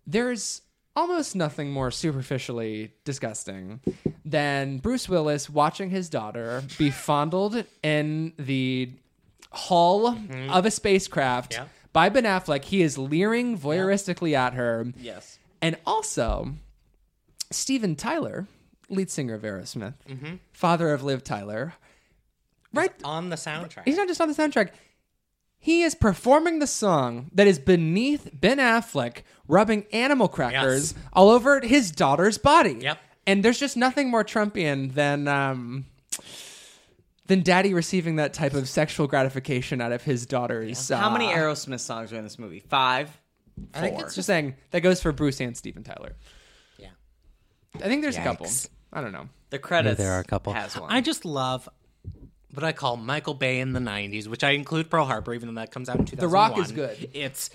there's almost nothing more superficially disgusting than Bruce Willis watching his daughter be fondled in the hull of a spacecraft Yeah. by Ben Affleck. He is leering voyeuristically at her. Yes. And also, Steven Tyler, lead singer of Aerosmith, father of Liv Tyler, right On the soundtrack. he's not just on the soundtrack. He is performing the song that is beneath Ben Affleck rubbing animal crackers all over his daughter's body. Yep. And there's just nothing more Trumpian than um, than daddy receiving that type of sexual gratification out of his daughter's. How uh, many Aerosmith songs are in this movie? Five. I think Four. it's Just saying that goes for Bruce and Steven Tyler. yeah. I think there's a couple. Yikes. I don't know. The credits. There are a couple. Has one. I just love what I call Michael Bay in the '90s, which I include Pearl Harbor, even though that comes out in 2001. Rock is good. It's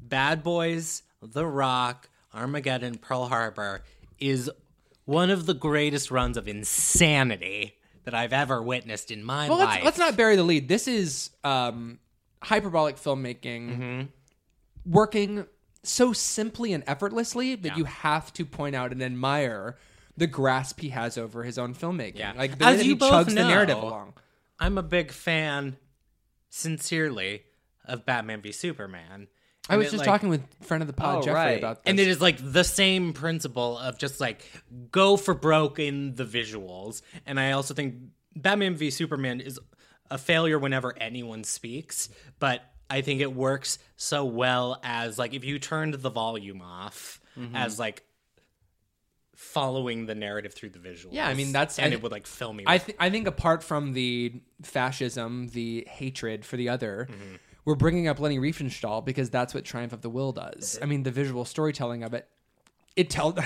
Bad Boys, The Rock, Armageddon, Pearl Harbor is one of the greatest runs of insanity that I've ever witnessed in my Well, life. let's, let's not bury the lead. This is um, hyperbolic filmmaking Mm-hmm. working so simply and effortlessly that you have to point out and admire the grasp he has over his own filmmaking. Yeah. Like the As way that you he both chugs the know- narrative along. I'm a big fan, sincerely, of Batman v Superman. I And was it, just like- talking with friend of the pod Oh, Jeffrey right. about this. And it is like the same principle of just like go for broke in the visuals. And I also think Batman v Superman is a failure whenever anyone speaks, but I think it works so well as like if you turned the volume off Mm-hmm. as like following the narrative through the visuals. Yeah, I mean, that's- and I- it would like fill me. I with- th- I think apart from the fascism, the hatred for the other, Mm-hmm. we're bringing up Lenny Riefenstahl because that's what Triumph of the Will Mm-hmm. does. I mean, the visual storytelling of it. It tells.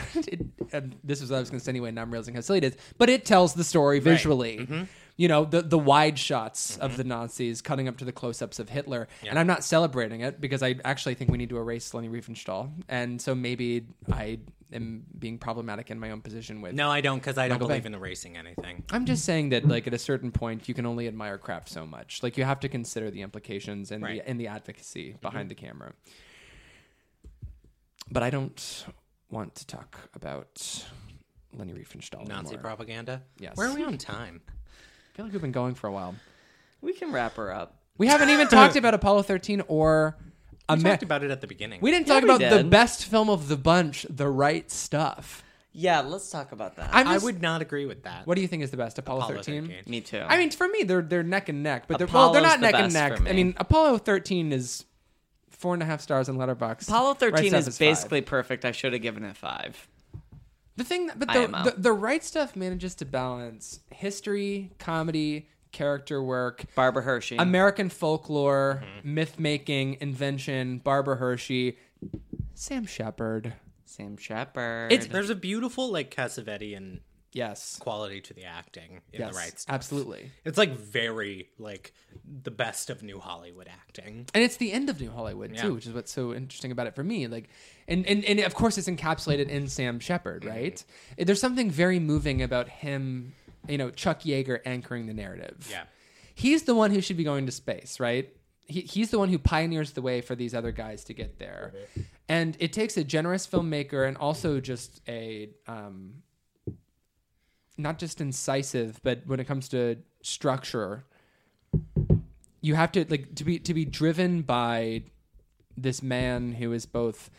Um, this is what I was going to say anyway, and now I'm realizing how silly it is. But it tells the story visually. Mm-hmm. You know the the wide shots of the Nazis cutting up to the close ups of Hitler, and I'm not celebrating it because I actually think we need to erase Lenny Riefenstahl, and so maybe I am being problematic in my own position with no, I don't because I don't Michael Bay. believe in erasing anything. I'm just saying that, like, at a certain point, you can only admire craft so much. Like, you have to consider the implications and Right. Mm-hmm. the and the advocacy behind the camera. But I don't want to talk about Lenny Riefenstahl Nazi anymore. propaganda. Yes. Where are we on time? I feel like we've been going for a while. We can wrap her up. We haven't even talked about Apollo 13 or We Amer- talked about it at the beginning. We didn't Yeah, talk we about the did. best film of the bunch, The Right Stuff. Yeah, let's talk about that. I'm I just- would not agree with that. What do you think is the best Apollo, Apollo 13? 13. Me too. I mean, for me, they're they're neck and neck, but they're well, they're Apollo's not the neck and best neck. for me. I mean, Apollo thirteen is four and a half stars on Letterbox. Apollo 13 Stuff is five. basically perfect. I should have given it five. the thing, that, but I am the, out. the the right stuff manages to balance history, comedy, character work, Barbara Hershey. American folklore, Mm-hmm. myth making, invention, Barbara Hershey, Sam Shepard. Sam Shepard. It's- There's a beautiful like Cassavetes Yes, quality to the acting in yes, the right stuff. absolutely. It's like very like the best of new Hollywood acting. and it's the end of New Hollywood Yeah. too, which is what's so interesting about it for me. Like, and and, and of course it's encapsulated in Sam Shepard, Mm-hmm. right? There's something very moving about him, you know, Chuck Yeager anchoring the narrative. Yeah. he's the one who should be going to space, right? He, he's the one who pioneers the way for these other guys to get there, and it takes a generous filmmaker and also just a um, not just incisive, but when it comes to structure, you have to like to be to be driven by this man who is both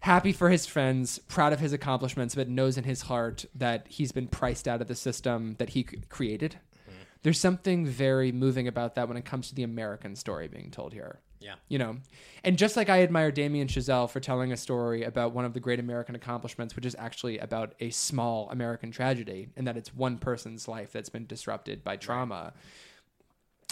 happy for his friends, proud of his accomplishments, but knows in his heart that he's been priced out of the system that he c- created. There's something very moving about that when it comes to the American story being told here Yeah. you know and just like i admire damien chazelle for telling a story about one of the great american accomplishments which is actually about a small american tragedy and that it's one person's life that's been disrupted by trauma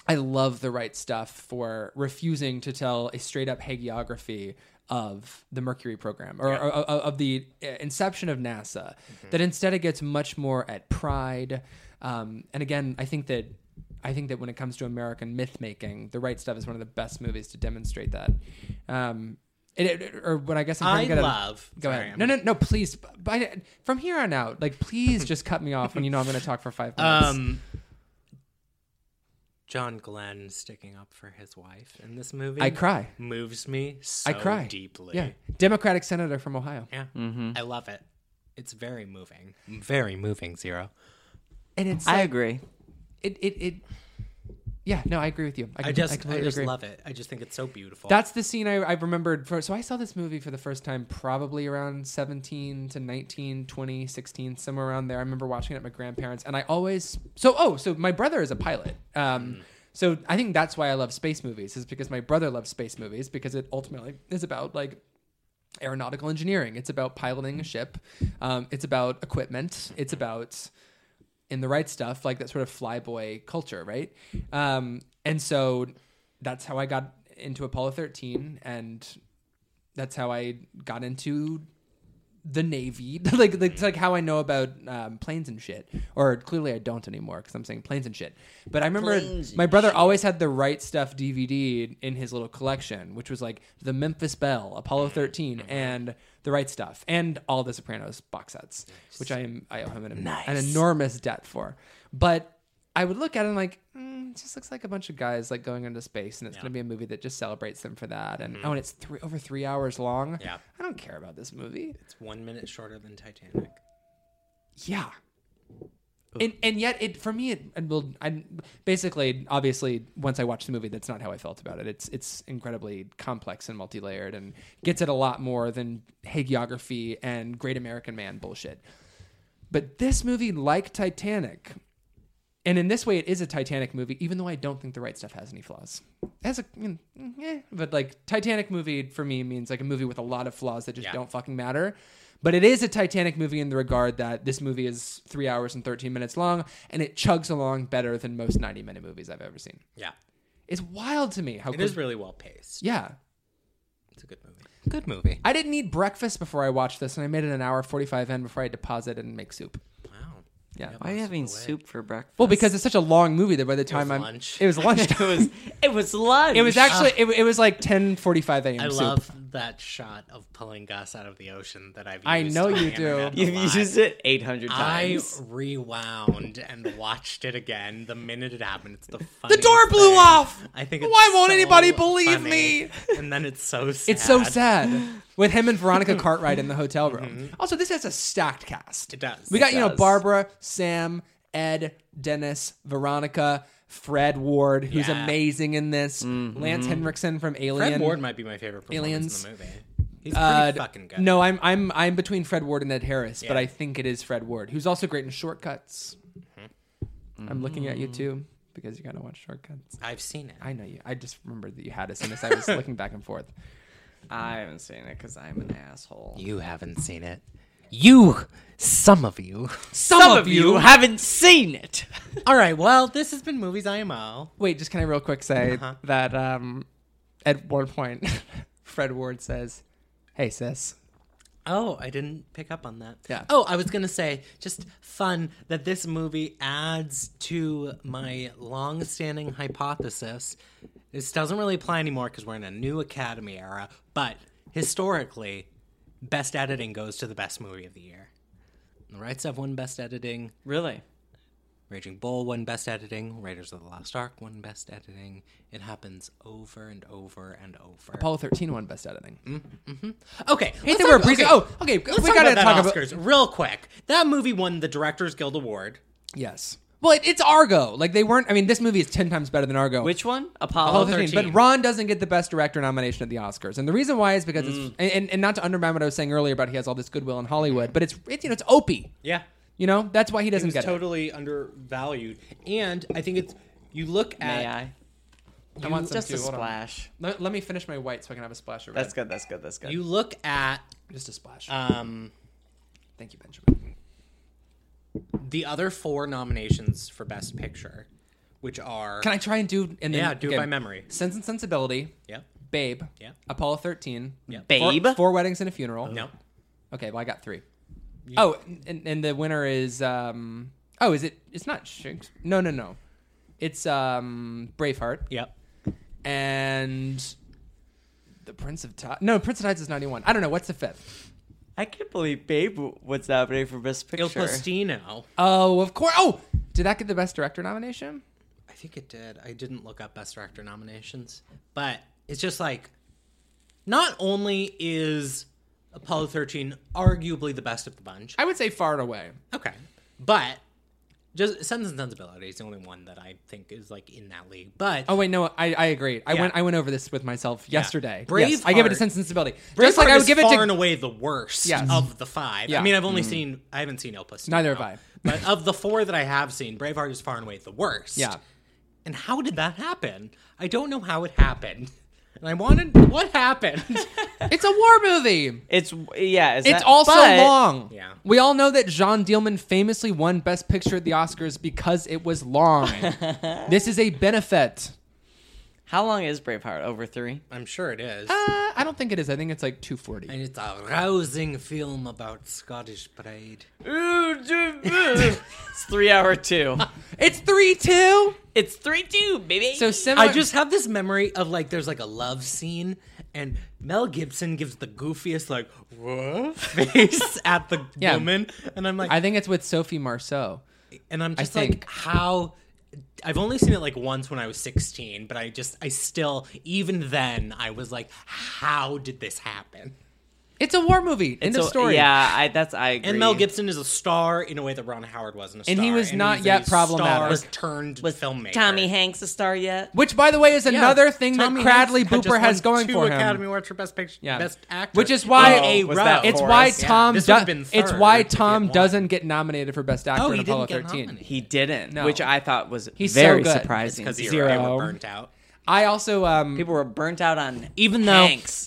i love the right stuff for refusing to tell a straight up hagiography of the mercury program or, or- or- of the uh, inception of nasa Mm-hmm. that instead it gets much more at pride um, and again i think that I think that when it comes to American myth making, The Right Stuff is one of the best movies to demonstrate that. Um, it, it- or what I guess I'm I trying to get at- love. Go sorry, ahead. I'm- No, no, no. Please, b- by, from here on out, like please just cut me off when you know I'm going to talk for five minutes. Um John Glenn sticking up for his wife in this movie. I cry. Moves me so I cry deeply. Yeah, Mm-hmm. Democratic senator from Ohio, Yeah. I love it. It's very moving. Very moving, Zero. and it's I like, agree. it, it, it. Yeah, no, I agree with you. I, I com- just I, completely just agree. love it. I just think it's so beautiful. That's the scene I, I remembered. For, so I saw this movie for the first time probably around 17 to 19, 20, 16, somewhere around there. I remember watching it at my grandparents. And I always. So, oh, so my brother is a pilot. Um, Mm-hmm. So I think that's why I love space movies, is because my brother loves space movies, because it ultimately is about like aeronautical engineering. It's about piloting a ship. Um, it's about equipment. It's about in the right stuff, like that sort of flyboy culture, right? Um, and so that's how I got into Apollo 13, and that's how I got into the Navy, like like, it's like how I know about um, planes and shit. Or clearly I don't anymore because I'm saying planes and shit. But I remember Planes my brother always had the right stuff DVD in his little collection, which was like the Memphis Belle, Apollo 13, and the right stuff, and all the Sopranos box sets, which I am I owe him an, an enormous debt for. But I would look at it and like, mm, it just looks like a bunch of guys like going into space, and it's going to be a movie that just celebrates them for that. And oh, and it's three over three hours long. Yeah. I don't care about this movie. It's one minute shorter than Titanic. Yeah. And and yet it for me it and will I basically obviously once I watched the movie that's not how I felt about it. It's it's incredibly complex and multi-layered and gets at a lot more than hagiography and great American man bullshit. But this movie like Titanic and in this way it is a Titanic movie even though I don't think the right stuff has any flaws. As a you know, eh, but like Titanic movie for me means like a movie with a lot of flaws that just Yeah. don't fucking matter. But it is a Titanic movie in the regard that this movie is three hours and 13 minutes long, and it chugs along better than most 90 minute movies I've ever seen. Yeah. It's wild to me how It is really well paced. Yeah. It's a good movie. Good movie. I didn't eat breakfast before I watched this, and I made it an hour 45 in before I had to pause it and make soup. Wow. Yeah. Why are you having soup for breakfast? Well, because it's such a long movie that by the time was I'm. lunch. Ah. It was lunch. it was it was lunch. it was actually. It, it was like 10:45 a.m. I soup. love that shot of pulling Gus out of the ocean that I've used I know on you the do. internet a You've lot. used it 800 I times. rewound and watched it again the minute it happened. It's the The funniest door blew thing. off. I think. It's Why won't so anybody believe funny. me? And then it's so. Sad. It's so sad with him and Veronica Cartwright in the hotel room. Also, this has a stacked cast. Mm-hmm. It does. We got you know does. Barbara, Sam, Ed, Dennis, Veronica, Fred Ward, who's Yeah. Mm-hmm. amazing in this. Lance Henriksen from Alien. Fred Ward might be my favorite performance in Aliens. the movie. He's pretty Uh, fucking good. No, I'm I'm I'm between Fred Ward and Ed Harris, but Yeah. I think it is Fred Ward, who's also great in Shortcuts. I'm looking at you too because you gotta watch Shortcuts. I've seen it. Mm. I know you. I just remembered that you had us in this. I was looking back and forth. I haven't seen it because I'm an asshole. You haven't seen it. You, some of you. Some, haven't seen it. All right. Well, this has been movies IMO. Wait, just can I real quick say that um, at one point, Fred Ward says, "Hey sis." Oh, I didn't pick up on that. Yeah. Oh, I was gonna say just fun that this movie adds to my long-standing hypothesis. This doesn't really apply anymore because we're in a new Academy era, but historically, best editing goes to the best movie of the year. The Rights Have won best editing. Really? Raging Bull won Best Editing. Raiders of the Lost Ark won Best Editing. It happens over and over and over. Apollo 13 won best editing. okay, Hey, let's they were talk- breezing- oh, okay, Let's we talk gotta about that talk about- Oscars real quick. That movie won the Directors Guild Award. Yes. Well, it, it's Argo. Like they weren't I mean this movie is 10 times better than Argo. Which one? Apollo, Apollo 13. 13, but Ron doesn't get the best director nomination at the Oscars. And the reason why is because Mm. it's and- and, and not to undermine what I was saying earlier about he has all this goodwill in Hollywood, but it's it's you know it's Opie. Yeah, You know? That's why he it doesn't Mm-hmm. was get it. totally undervalued, and I think it's. You look at May I? I want some Just too. a Hold on. splash. Let, let me finish my white so I can have a splash of red. That's Uh, good. That's good. That's good. you look at just a splash. um, Thank you, Benjamin. the other four nominations for Best Picture, which are Can I try and do and then, Yeah, do it by memory. Sense and Sensibility, yeah Babe, Yeah. Apollo 13, Yeah. Four- Babe? Oh. Four, Weddings and a Funeral. no Okay, well I got 3. Oh, and, and the winner is um Oh, is it it's not Shakespeare. No, no, no. It's um Braveheart. yep and the Prince of Tides. No, Prince of Tides is ninety one. I don't know what's the fifth. I can't believe Babe was nominated for Best Picture. Il Postino. Oh, of course. Oh, did that get the best director nomination? I think it did. I didn't look up Best Director nominations, but it's just like, not only is Apollo 13 arguably the best of the bunch, I would say far and away. okay, but just Sense and Sensibility is the only one that I think is like in that league. But Oh wait, no, I, I agree. I Yeah. went I went over this with myself yesterday. Yes, Braveheart- I gave it a sense of sensibility. Braveheart Just like I is would give it far to and away the worst Yes. of the five. Yeah. Mm. I mean, I've only seen, I haven't seen El Postino. Neither have I. But of the four that I have seen, Braveheart is far and away the worst. Yeah. And how did that happen? I don't know how it happened. And I wanted, what happened? it's a war movie. It's yeah. Is It's that, also but- long. Yeah. We all know that John Dielman famously won Best Picture at the Oscars because it was long. this is a benefit. How long is Braveheart? Over three. I'm sure it is. Uh, I I don't think it is. I think it's like 240. And it's a rousing film about Scottish pride. it's three hour two. It's three two. It's three two, baby. So similar. I just have this memory of like there's like a love scene and Mel Gibson gives the goofiest like "Whoa" face at the Yeah. woman and I'm like I think it's with Sophie Marceau. and I'm just think- like how I've only seen it like once when I was 16 but I just I still even then I was like how did this happen? It's a war movie. End So, of story. Yeah, I, that's I agree. And Mel Gibson is a star in a way that Ron Howard wasn't a star. And he was not he's yet a problematic. Star turned filmmaker. Tommy Hanks a star yet? Which, by the way, is another thing Tommy that Cradley Hanks had Booper just has won going two for him. Academy Awards for Best Picture, Yeah. Best Actor, Which is why in a Oh, was row. that It's for why us. Tom. This would've do- been it's third why if he had Tom won. doesn't get nominated for best actor Oh, in he Apollo didn't get 13. nominated. He didn't, No. which I thought was He's so very good. surprising. because Zero. they were burnt out. I also um. People were burnt out on Even though- Hanks.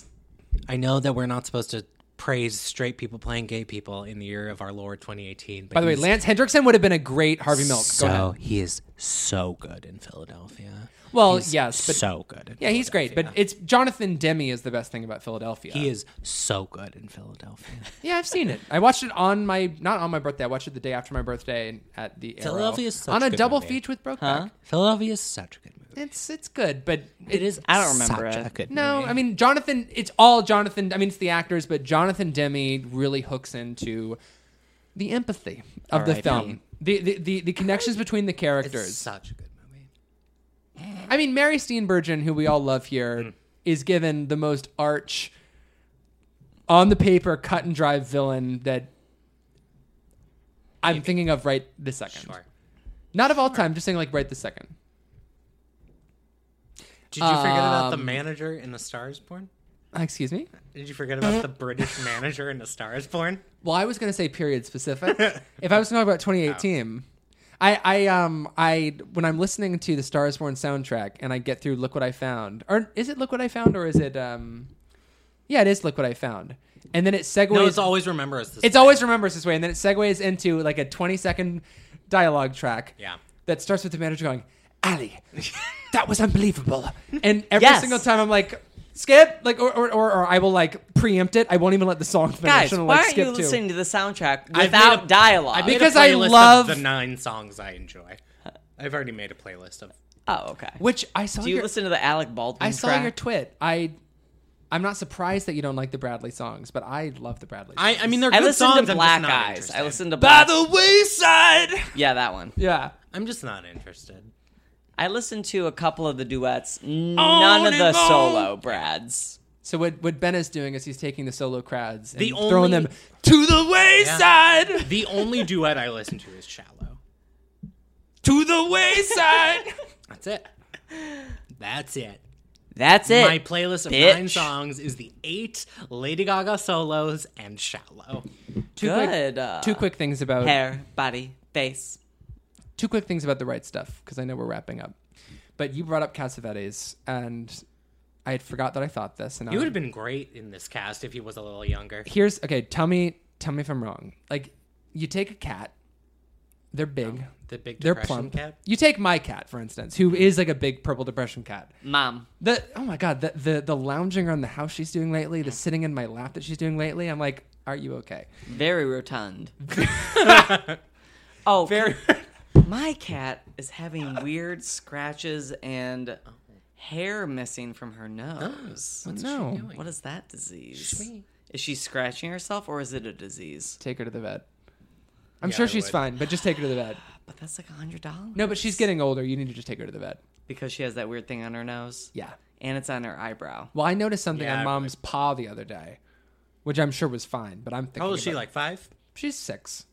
I know that we're not supposed to praise straight people playing gay people in the year of our Lord 2018. But by the way, Lance Hendrickson would have been a great Harvey Milk. Go ahead. so he is so good in Philadelphia. Well, He's yes, but so good. in yeah, he's great. But Philadelphia. it's Jonathan Demme is the best thing about Philadelphia. he is so good in Philadelphia. Yeah, I've seen it. I watched it on my not on my birthday. I watched it the day after my birthday at the Arrow. Philadelphia is such on a a good double movie. feature with Brokeback. Philadelphia is such a good movie. It's it's good, but It is. I don't remember such it. A good No, movie. I mean Jonathan. It's all Jonathan. I mean, it's the actors, but Jonathan Demi really hooks into the empathy of the R.I.P.. film, the, the the the connections between the it's characters. such a good movie. I mean, Mary Steenburgen, who we all love here, Mm. is given the most arch, on the paper, cut and dry villain that I'm thinking of right this second. Sure. Not of all time, just saying like right this second. Did you forget about the manager in The Stars Born? Uh, Excuse me. Did you forget about the British manager in A Star Is Born? Well, I was going to say period specific. if I was going to talk about 2018, Oh. I, I, um, I, when I'm listening to the Star Is Born soundtrack and I get through "Look What I Found," or is it "Look What I Found" or is it, um, yeah, it is "Look What I Found," and then it segues. No, it's always remember us. This it's always remembers this way, and then it segues into like a 20 second dialogue track. Yeah. That starts with the manager going, "Ali, that was unbelievable," and every Yes. single time I'm like. Skip like or, or, or, or I will like preempt it. I won't even let the song finish. Guys, and I'll, why like, aren't skip you to. listening to the soundtrack made without a- dialogue? I made Because a I playlist of love- the nine songs I enjoy. I've already made a playlist of. oh, okay. Which I saw Do you your listen to the Alec Baldwin? I saw track? your twit. I I'm not surprised that you don't like the Bradley songs, but I love the Bradley. I, Songs. I mean, they're I good songs. listened to I'm Black just not Eyes. Interested. I listened to Black. wayside. yeah, that one. yeah. I'm just not interested. I listened to a couple of the duets. None of the and on. solo Brads. So what what Ben is doing is he's taking the solo crowds and The throwing only- them to the wayside, The only duet I listen to is "Shallow." to the wayside. That's it. That's it. That's it. My playlist of bitch. nine songs is the eight Lady Gaga solos and "Shallow." two Good, Quick, uh, two quick things about Hair, body, face. two quick things about the right stuff because I know we're wrapping up. But you brought up Cassavetes, and I had forgot that I thought this. And He I would have been great in this cast if he was a little younger. here's okay. Tell me, tell me if I'm wrong. Like you take a cat, they're big. The Big They're Oh. Depression plump. cat. You take my cat, for instance, who is like a big purple depression cat. Mom. The oh my god, the the, the lounging around the house she's doing lately, the sitting in my lap that she's doing lately. I'm like, are you okay? Very rotund. oh, very. My cat is having weird scratches and hair missing from her nose. no, What is that disease? Is she scratching herself or is it a disease? take her to the vet. I'm Yeah, sure I she's would. fine, but just take her to the vet. But that's like a hundred dollars. No, but she's getting older. You need to just take her to the vet. because she has that weird thing on her nose. Yeah. and it's on her eyebrow. Well, I noticed something Yeah, I on would. mom's paw the other day, which I'm sure was fine. But I'm thinking. How old Oh, is she? about- Like five? She's six.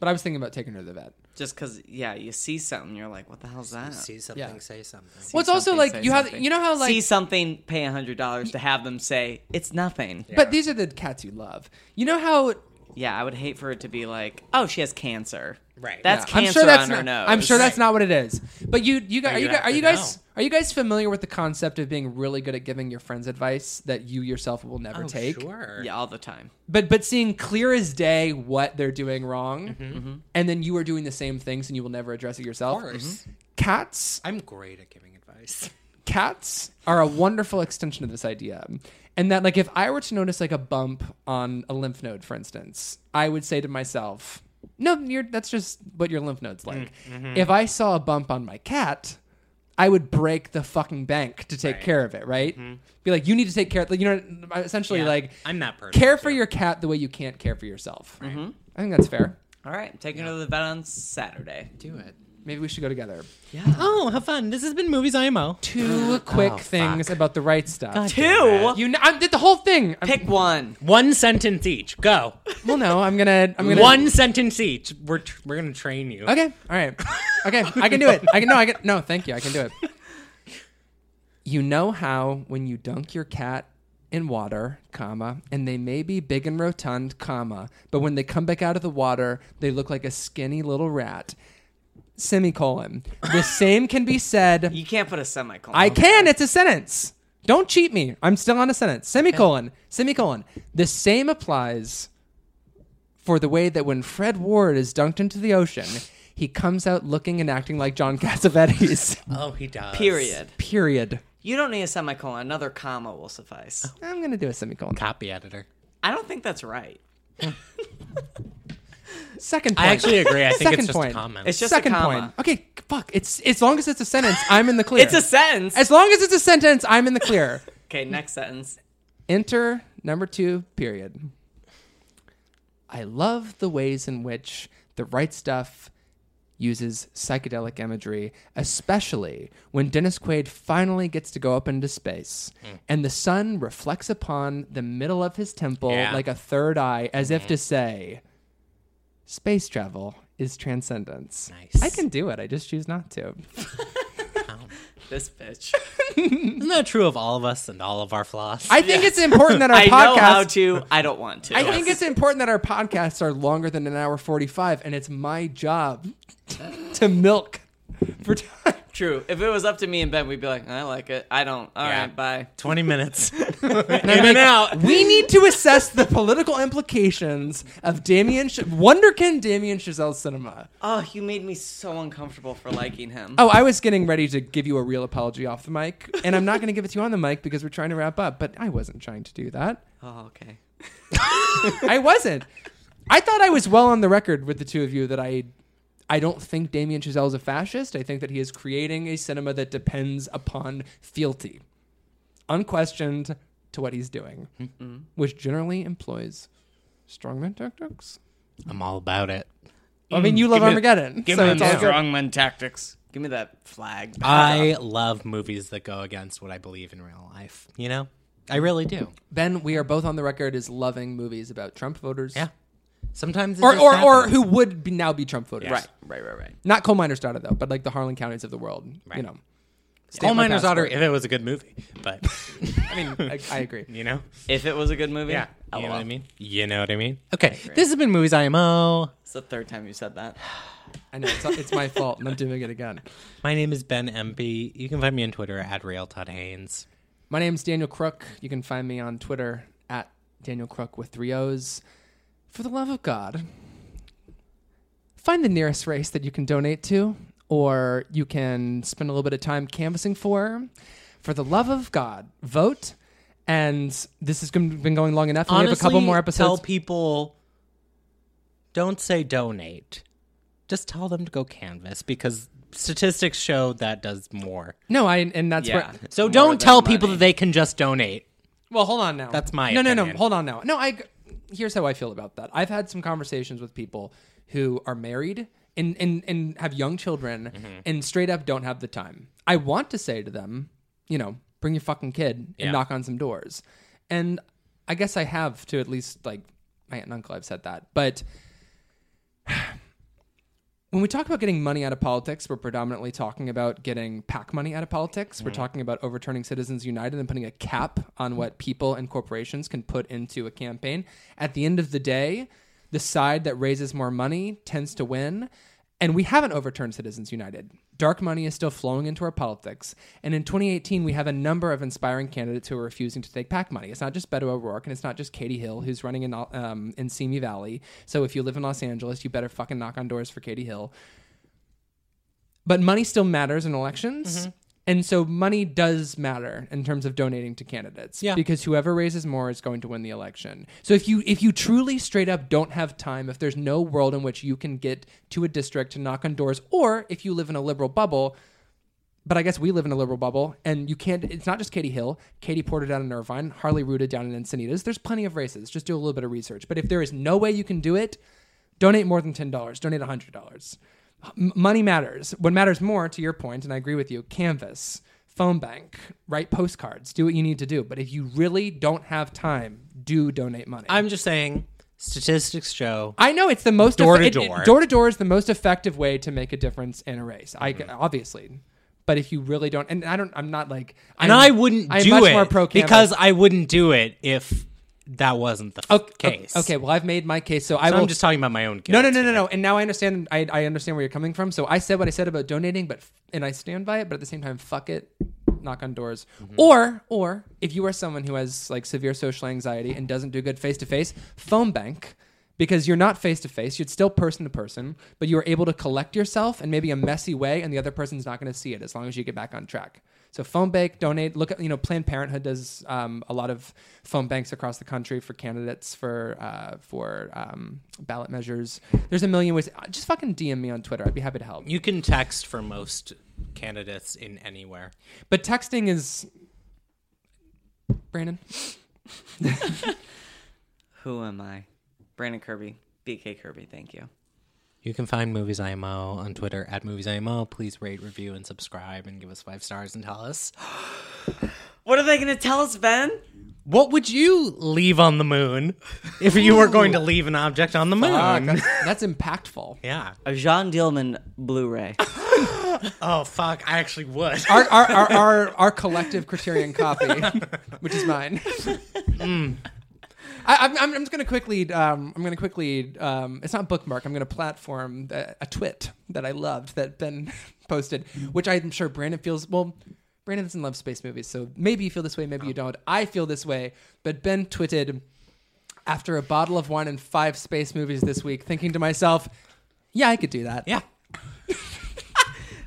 But I was thinking about taking her to the vet. Just because, yeah, you see something, you're like, what the hell's that? See something, Yeah. say something. Well, it's also something, like say you have something. you know how like see something, pay a hundred dollars to have them say it's nothing. Yeah. But these are the cats you love. You know how I would hate for it to be like, oh, she has cancer. Right. That's I'm cancer sure that's on her not. nose. I'm sure that's Right. not what it is. But you, you guys, are you'd you, guys- have are to you guys, know. are you guys familiar with the concept of being really good at giving your friends advice that you yourself will never take? Oh, Sure. yeah all the time. But but seeing clear as day what they're doing wrong, and then you are doing the same things and you will never address it yourself. Mm-hmm. Of course. Cats I'm great at giving advice. cats are a wonderful extension of this idea. And that, like, if I were to notice like a bump on a lymph node, for instance, I would say to myself, "No, you're, that's just what your lymph node's like." If I saw a bump on my cat, I would break the fucking bank to take care of it. Right? Be like, "You need to take care." of You know, essentially, Yeah, like, I'm that person. care for your cat the way you can't care for yourself. I think that's fair. All right, taking her to the vet on Saturday. Do it. Maybe we should go together. Yeah. Oh, have fun. This has been Movies IMO. Two quick things about the right stuff. Two. You know, I did the whole thing. I'm- Pick one. One sentence each. Go. well, no, I'm gonna. I'm gonna. Uh, One sentence each. We're tr- we're gonna train you. Okay. All right. Okay. I can do it. I can. No. I can. No. Thank you. I can do it. You know how when you dunk your cat in water, comma, and they may be big and rotund, comma, but when they come back out of the water, they look like a skinny little rat. Semicolon. The same can be said. You can't put a semicolon. I can. It's a sentence. Don't cheat me. I'm still on a sentence. Semicolon. Semicolon. The same applies for the way that when Fred Ward is dunked into the ocean, he comes out looking and acting like John Cassavetes. Oh, he does. Period. Period. You don't need a semicolon. Another comma will suffice. I'm gonna do a semicolon. Copy editor. I don't think that's right. Second point. I actually agree. I think Second it's just point. a comment. It's just Second a comma. point. Okay. Fuck. It's as long as it's a sentence, I'm in the clear. It's a sentence. as long as it's a sentence, I'm in the clear. okay, next sentence. Enter number two, period. I love the ways in which the right stuff uses psychedelic imagery, especially when Dennis Quaid finally gets to go up into space Hmm. and the sun reflects upon the middle of his temple Yeah. like a third eye, as Hmm. if to say, Space travel is transcendence. Nice. I can do it, I just choose not to. This bitch. Isn't that true of all of us and all of our flaws? I think it's important that our I know podcast how to. I don't want to. I think it's important that our podcasts are longer than an hour 45, and it's my job to milk for time. True. If it was up to me and Ben, we'd be like, I like it. I don't. All right, Yeah. bye. Twenty minutes. In and out. We need to assess the political implications of Damien, Ch- Wonderkin Damien Chazelle cinema. Oh, you made me so uncomfortable for liking him. Oh, I was getting ready to give you a real apology off the mic, and I'm not going to give it to you on the mic because we're trying to wrap up, but I wasn't trying to do that. Oh, okay. I wasn't. I thought I was well on the record with the two of you that I I don't think Damien Chazelle is a fascist. I think that he is creating a cinema that depends upon fealty, unquestioned to what he's doing, which generally employs strongman tactics. I'm all about it. I mean, you Mm. give love me- Armageddon, give so me it's all that. good. strongman tactics. Give me that flag. I love movies that go against what I believe in real life. You know, I really do. Ben, we are both on the record as loving movies about Trump voters. Yeah. Sometimes it Or, just or, or happens. who would be, now be Trump voters. Right, right, right, right. Not coal miners' daughter, though, but like the Harlan counties of the world. You Right. know. Coal Stamp my Miner's Daughter passport. if it was a good movie, but I mean, I, I agree. you know, If it was a good movie, Oh, yeah, you know LOL. what I mean. You know what I mean. Okay, this has been Movies IMO. It's the third time you said that. I know it's, it's my fault, and I'm doing it again. My name is Ben MP. You can find me on Twitter at Real Todd Haynes. My name's Daniel Crook. You can find me on Twitter at Daniel Crook with three O's. For the love of God, find the nearest race that you can donate to, or you can spend a little bit of time canvassing for. For the love of God, vote. And this has been been going long enough. and we have a couple Honestly, more Tell episodes. people, don't say donate. Just tell them to go canvas because statistics show that does more. no, I and that's Yeah. where. So More don't than tell people money. that they can just donate. Well, hold on now. That's my no, no, opinion. no. Hold on now. No, I. g- Here's how I feel about that. I've had some conversations with people who are married and and and have young children Mm-hmm. and straight up don't have the time. I want to say to them, you know, bring your fucking kid and Yeah. knock on some doors. And I guess I have to at least like my aunt and uncle have said that, but. When we talk about getting money out of politics, we're predominantly talking about getting PAC money out of politics. We're talking about overturning Citizens United and putting a cap on what people and corporations can put into a campaign. At the end of the day, the side that raises more money tends to win. And we haven't overturned Citizens United. Dark money is still flowing into our politics. And in 2018, we have a number of inspiring candidates who are refusing to take PAC money. It's not just Beto O'Rourke and it's not just Katie Hill, who's running in, um, in Simi Valley. So if you live in Los Angeles, you better fucking knock on doors for Katie Hill. But money still matters in elections. And so money does matter in terms of donating to candidates Yeah. because whoever raises more is going to win the election. So if you if you truly straight up don't have time, if there's no world in which you can get to a district to knock on doors or if you live in a liberal bubble, but I guess we live in a liberal bubble, and you can't. It's not just Katie Hill, Katie Porter down in Irvine, Harley Ruda down in Encinitas. There's plenty of races. Just do a little bit of research. But if there is no way you can do it, donate more than ten dollars. Donate hundred dollars. Money matters. What matters more, to your point, and I agree with you. Canvas, phone bank, write postcards. Do what you need to do. But if you really don't have time, do donate money. I'm just saying, statistics show. I know it's the most Door effe- to it- it- door. Door to door is the most effective way to make a difference in a race. I Mm-hmm. obviously, but if you really don't, and I don't, I'm not like, And I'm- I wouldn't I'm do much it more pro canvas. because I wouldn't do it if that wasn't the f- okay, case. okay, well, I've made my case, so I So will I'm just talking about my own. Guilt. No, no, no, no, no. And now I understand. I, I understand where you're coming from. So I said what I said about donating, but f- and I stand by it. But at the same time, fuck it. Knock on doors. Or or if you are someone who has like severe social anxiety and doesn't do good face to face, phone bank. Because you're not face to face, you're still person to person, but you are able to collect yourself in maybe a messy way, and the other person's not going to see it as long as you get back on track. So phone bank, donate. Look at you know Planned Parenthood does um, a lot of phone banks across the country for candidates for uh, for um, ballot measures. There's a million ways. Uh, Just fucking DM me on Twitter. I'd be happy to help. You can text for most candidates in anywhere. But texting is Brandon. Who am I? Brandon Kirby, BK Kirby. Thank you. You can find Movies IMO on Twitter at Movies IMO. Please rate, review, and subscribe, and give us five stars and tell us What are they going to tell us, Ben? what would you leave on the moon if you were going to leave an object on the Fuck, moon. that's, Uh, that's impactful. Yeah. A Jean Dielman Blu-ray. Oh fuck! I actually would. Our our, our, our our collective criterion copy, which is mine. Hmm. I, I'm, I'm I'm just gonna quickly um, I'm gonna quickly um, it's not bookmark I'm gonna platform a, a twit that I loved that Ben posted which I'm sure Brandon feels well Brandon doesn't love space movies so maybe you feel this way maybe Oh. you don't I feel this way but Ben twitted after a bottle of wine and five space movies this week thinking to myself yeah I could do that yeah,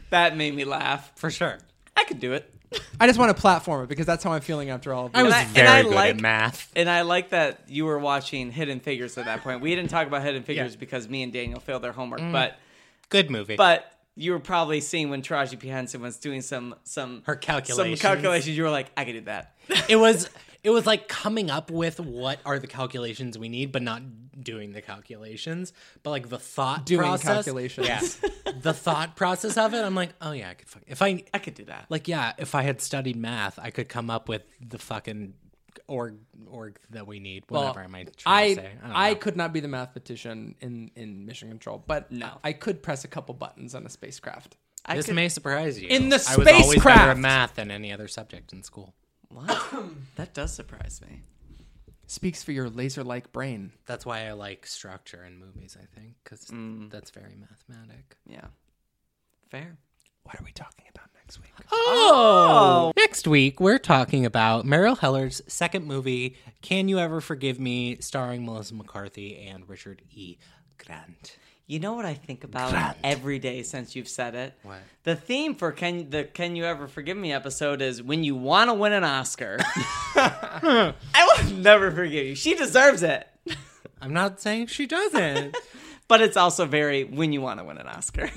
that made me laugh. for sure. I could do it. I just want to platform it because that's how I'm feeling after all of I this. was I- and very I good like- at math. And I like that you were watching Hidden Figures at that point. We didn't talk about Hidden Figures Yeah. Mm. because me and Daniel failed their homework, but Good movie. but you were probably seeing when Taraji P Henson was doing some some Her calculations. Some calculations. You were like, I could do that. it was it was like coming up with what are the calculations we need, but not doing the calculations. But like the thought Doing process, calculations. Yeah, the thought process of it. I'm like, oh yeah, I could. Fuck, if I I could do that. like, yeah, if I had studied math, I could come up with the fucking org org that we need. Whatever I might try I to say. don't I, know. could not be the mathematician in in Mission Control, but No. I could press a couple buttons on a spacecraft. I this could, may surprise you. In the I was always better at spacecraft! math than any other subject in school. what? that does surprise me. Speaks for your laser-like brain. That's why I like structure in movies. I think because Mm. that's very mathematic. Yeah. Fair. What are we talking about next week? Oh. Next week, we're talking about Meryl Heller's second movie, Can You Ever Forgive Me, starring Melissa McCarthy and Richard E. Grant. You know what I think about every day since you've said it? What? The theme for Can the Can You Ever Forgive Me episode is when you want to win an Oscar. I will never forgive you. She deserves it. I'm not saying she doesn't. But it's also very when you want to win an Oscar.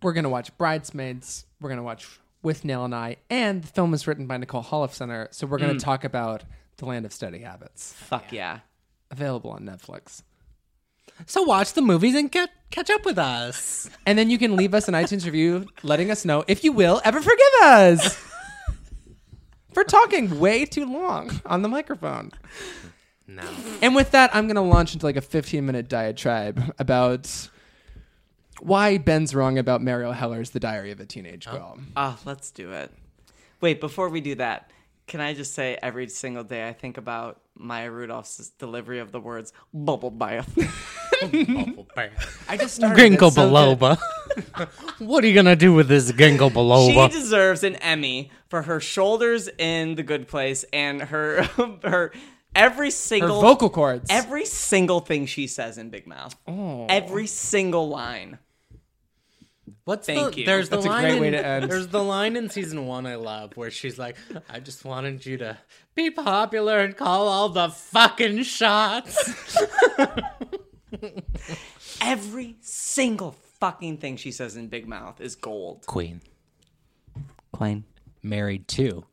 We're gonna watch Bridesmaids. We're gonna watch With Nail and I, and the film is written by Nicole Holofcener. So we're gonna Mm. talk about The Land of Steady Habits, Fuck yeah. available on Netflix. so watch the movies and get, catch up with us. And then you can leave us an iTunes review, letting us know if you will ever forgive us for talking way too long on the microphone. No. And with that, I'm going to launch into like a 15 minute diatribe about why Ben's wrong about Mario Heller's The Diary of a Teenage Girl. Ah, let's do it. Wait, before we do that, can I just say every single day I think about Maya Rudolph's delivery of the words bubble bath. I just started Ginkgo it, so biloba. what are you going to do with this ginkgo she biloba? deserves an Emmy for her shoulders in The Good Place and her her every good. single Her vocal cords. every single thing she says in Big Mouth. Every single line. What's Thank the, you. There's That's the a line great in, way to end. There's the line in season one I love where she's like, "I just wanted you to be popular and call all the fucking shots." Every single fucking thing she says in Big Mouth is gold. Queen Quine. married to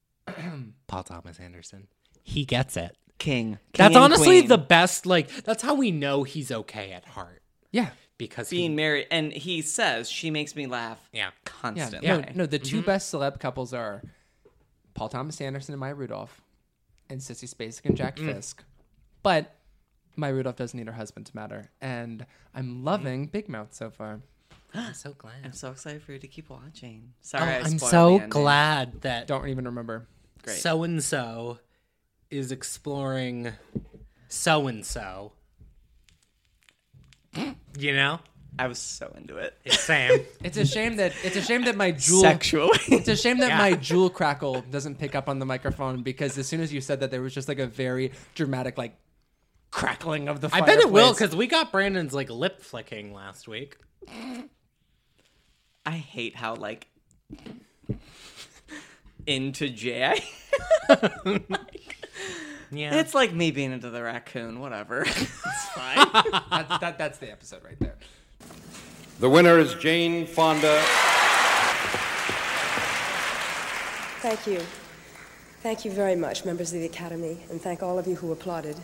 Paul Thomas Anderson. He gets it. King. That's honestly the. the best. Like that's how we know he's okay at heart Yeah. because he- being married and he says she makes me laugh yeah. Yeah. constantly No, no, the 2 best celeb couples are Paul Thomas Anderson and Maya Rudolph, and Sissy Spacek and Jack Mm. Fisk. But Maya Rudolph doesn't need her husband to matter. And I'm loving Big Mouth so far. I'm so glad. i'm so excited for you to keep watching Oh, sorry I I'm spoiled so the ending. glad that Don't even remember. Great. so and so is exploring so and so. You know, i was so into it it's Sam. It's a shame that it's a shame that my jewel sexually It's a shame that Yeah. my jewel crackle doesn't pick up on the microphone because as soon as you said that, there was just like a very dramatic like crackling of the. I bet it will because we got Brandon's like lip flicking last week. i hate how like into jay Yeah, it's like me being into the raccoon whatever it's fine that's, that, that's the episode right there. The winner is Jane Fonda. Thank you. Thank you very much, members of the Academy, and thank all of you who applauded.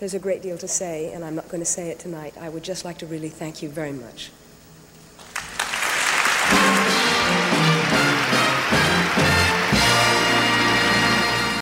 There's a great deal to say, and I'm not going to say it tonight. I would just like to really thank you very much.